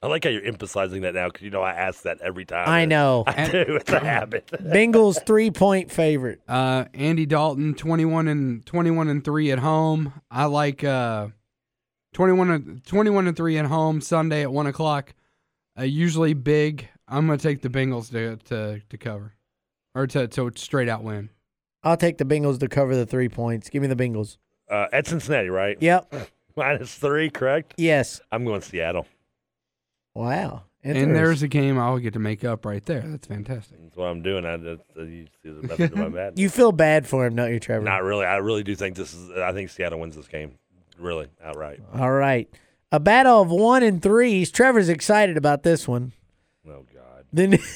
I like how you're emphasizing that now because you know I ask that every time.
I
and
know.
I do. It's a habit.
Bengals three point favorite.
Uh, Andy Dalton, 21 and 21 and 3 at home. I like uh, 21 and 21 and 3 at home Sunday at 1 o'clock. Uh, usually big. I'm going to take the Bengals to, to, to cover or to, to straight out win.
I'll take the Bengals to cover the three points. Give me the Bengals.
Uh, at Cincinnati, right?
Yep.
Minus three, correct?
Yes.
I'm going Seattle.
Wow.
And there's a game I'll get to make up right there. That's fantastic.
That's what I'm doing. I just uh, you see the method to my madness.
You feel bad for him, don't you, Trevor?
Not really. I really do think this is. I think Seattle wins this game, really outright.
All right. A battle of one and threes. Trevor's excited about this one.
Oh God.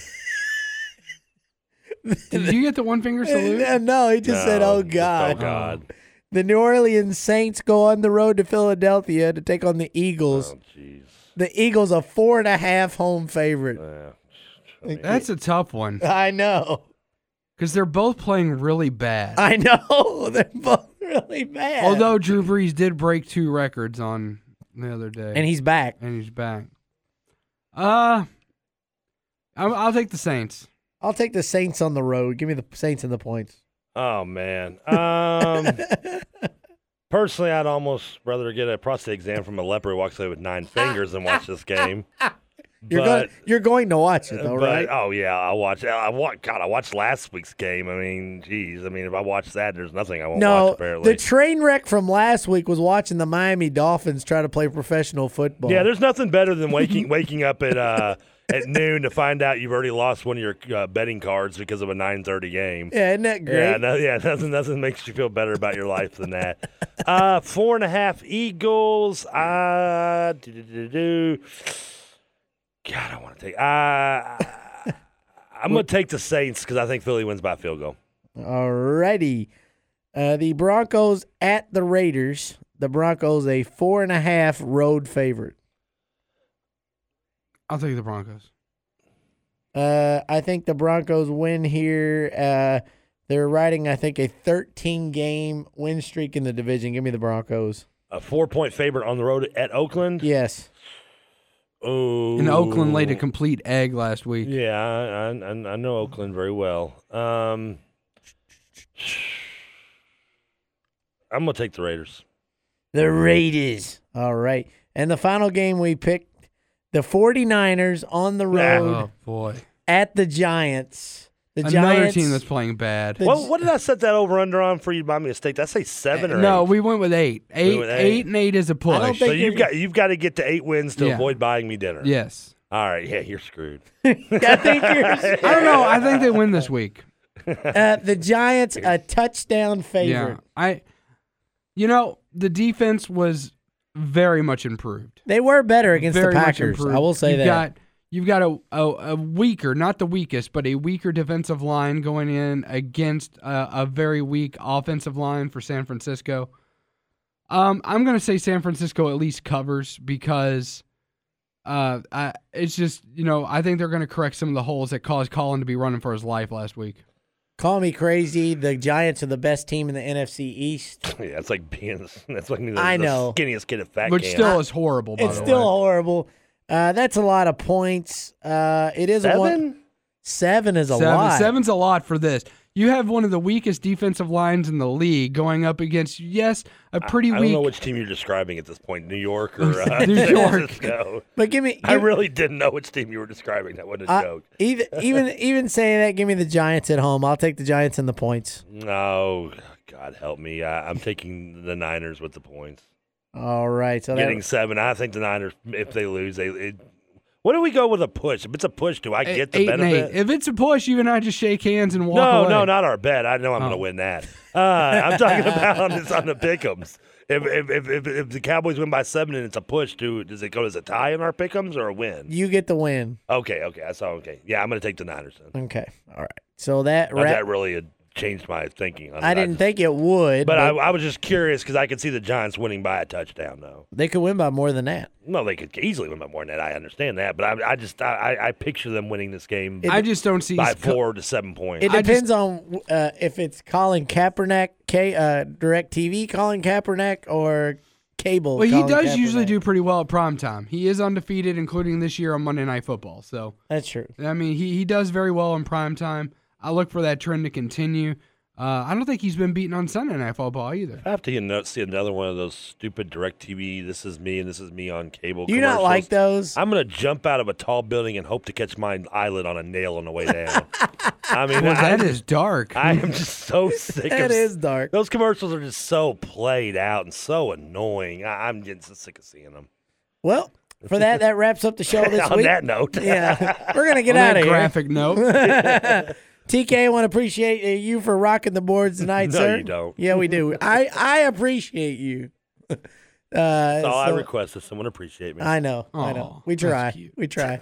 Then
Did you get the one finger salute?
no, he just said,
No,
"Oh
just,
God."
Oh God.
The New Orleans Saints go on the road to Philadelphia to take on the Eagles.
Oh,
the Eagles a four and a half home favorite.
That's a tough one
I know.
because they're both playing really bad.
I know. They're both really bad.
Although Drew Brees did break two records on the other day,
And he's back.
and he's back. Uh, I'll, I'll take the Saints.
I'll take the Saints on the road. Give me the Saints and the points.
Oh man. Um, personally, I'd almost rather get a prostate exam from a leper who walks away with nine fingers than watch this game.
You're going. You're going to watch it though,
but-
right?
Oh yeah, I watch. I watch. God, I watched last week's game. I mean, geez. I mean, if I watch that, there's nothing I won't watch.
No,
Apparently,
the train wreck from last week was watching the Miami Dolphins try to play professional football.
Yeah, there's nothing better than waking waking up at uh, at noon to find out you've already lost one of your uh, betting cards because of a 9:30 game.
Yeah, isn't that
Yeah,
great?
no, yeah, nothing nothing makes you feel better about your life than that. Uh, four and a half Eagles. Uh, do-do-do-do. God, I want to take. Uh, I'm going to take the Saints because I think Philly wins by a field goal.
Alrighty. Uh, the Broncos at the Raiders. The Broncos a four and a half road favorite.
I'll take the Broncos.
Uh, I think the Broncos win here. Uh, they're riding, I think, a 13 game win streak in the division. Give me the Broncos.
A four point favorite on the road at Oakland.
Yes.
Oh,
And Oakland laid a complete egg last week.
Yeah, I, I, I know Oakland very well. Um, I'm gonna take the Raiders.
The Raiders. All right. And the final game we picked the 49ers on the road
Oh boy,
at the Giants. The
another
Giants.
team that's playing bad.
What, what did I set that over under on for you to buy me a steak? Did I say seven or
no,
eight?
we went with eight. Eight,
with
eight.
eight.
and eight is a push.
so you've got you've got to get to eight wins to
Yeah.
avoid buying me dinner.
Yes.
All right. Yeah, you're screwed.
I think
I
you're.
don't know. I think they win this week.
Uh, the Giants a touchdown favorite.
Yeah. I you know, the defense was very much improved.
They were better against
very
the
much
Packers.
improved.
I will say
you've
that.
Got, you've got a, a a weaker, not the weakest, but a weaker defensive line going in against a, a very weak offensive line for San Francisco. Um, I'm going to say San Francisco at least covers because uh, I, it's just you know I think they're going to correct some of the holes that caused Colin to be running for his life last week.
Call me crazy. The Giants are the best team in the NFC
Oh,
East.
yeah, it's like being that's like me. The,
I
the
know.
skinniest kid at fat
Which
camp.
still is horrible. By
It's
the
still
way.
horrible. Uh, that's a lot of points. Uh, it is a one.
Seven?
Seven is a
Seven-
lot.
Seven's a lot for this. You have one of the weakest defensive lines in the league going up against, yes, a pretty
I don't
weak.
know which team you're describing at this point, New York or uh,
New
San
York.
Francisco.
But give me.
I
give-
really didn't know which team you were describing. That wasn't a
I-
joke.
even even even saying that, give me the Giants at home. I'll take the Giants and the points.
No, God help me. I, I'm taking the Niners with the points.
All right. So
Getting
that,
seven. I think the Niners, if they lose, they. It, what do we go with a push? If it's a push, do I
Eight-
get the
eight and
benefit?
eight. If it's a push, you and I just shake hands and walk
No,
away.
no, not our bet. I know I'm going to win that. Uh, I'm talking about on this on the pickums. If if, if if if the Cowboys win by seven and it's a push, do does it go as a tie in our pickums or a win?
you get the win.
Okay, okay, I saw. Okay, yeah, I'm going to take the Niners. Then.
Okay. All right. So that
Now,
wrap.
that really had changed my thinking. On
I
it.
didn't
just-
think it would,
but I, I was just curious because I could see the Giants winning by a touchdown, though.
they could win by more than that.
No, they could easily win by more than that. I understand that, but I, I just I, I- I picture them winning this game.
I just don't see.
by four to seven points.
It depends on uh, if it's Colin Kaepernick, K, uh, Direct TV, Colin Kaepernick, or cable.
Well, he
Colin
does
Kaepernick.
usually do pretty well at prime time. He is undefeated, including this year on Monday Night Football. So,
That's true.
I mean, he, he does very well in prime time. I look for that trend to continue. Uh, I don't think he's been beaten on Sunday Night Football either.
I have to ano- see another one of those stupid DirecTV. This is me and this is me on cable.
Do you not like
commercials.
those?
I'm gonna jump out of a tall building and hope to catch my eyelid on a nail on the way down. I mean,
Well,
I,
that is dark.
I am just so sick.
That
of,
is dark.
Those commercials are just so played out and so annoying. I, I'm getting so sick of seeing them.
Well, for that, that wraps up the show this
On
week.
that note.
yeah, we're gonna get
On that
out of here.
graphic note.
TK, I want to appreciate uh, you for rocking the boards tonight,
No,
sir.
you don't.
Yeah, we do. I I appreciate you. Uh,
That's all I
so-
request is someone appreciate me.
I know. I know. We try. We try.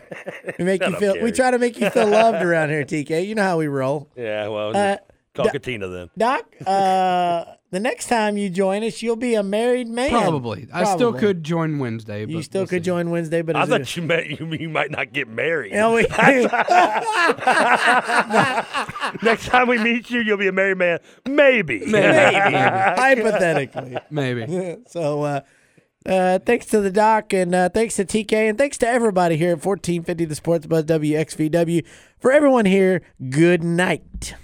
We make
Shut
you
up,
feel. We
Gary.
try to make you feel loved around here, TK. You know how we roll.
Yeah, well,
Uh,
call
Da-
Katina then.
Doc, uh, the next time you join us, you'll be a married man.
Probably. I still
Probably.
could join Wednesday. But
You still could join Wednesday, but
I
it's-
thought you meant you, you might not get married.
Yeah, we-
Next time we meet you, you'll be a married man. Maybe.
Maybe. Hypothetically.
Maybe.
so uh, uh, thanks to the doc and uh, thanks to TK and thanks to everybody here at 1450 The Sports Buzz WXVW. For everyone here, good night.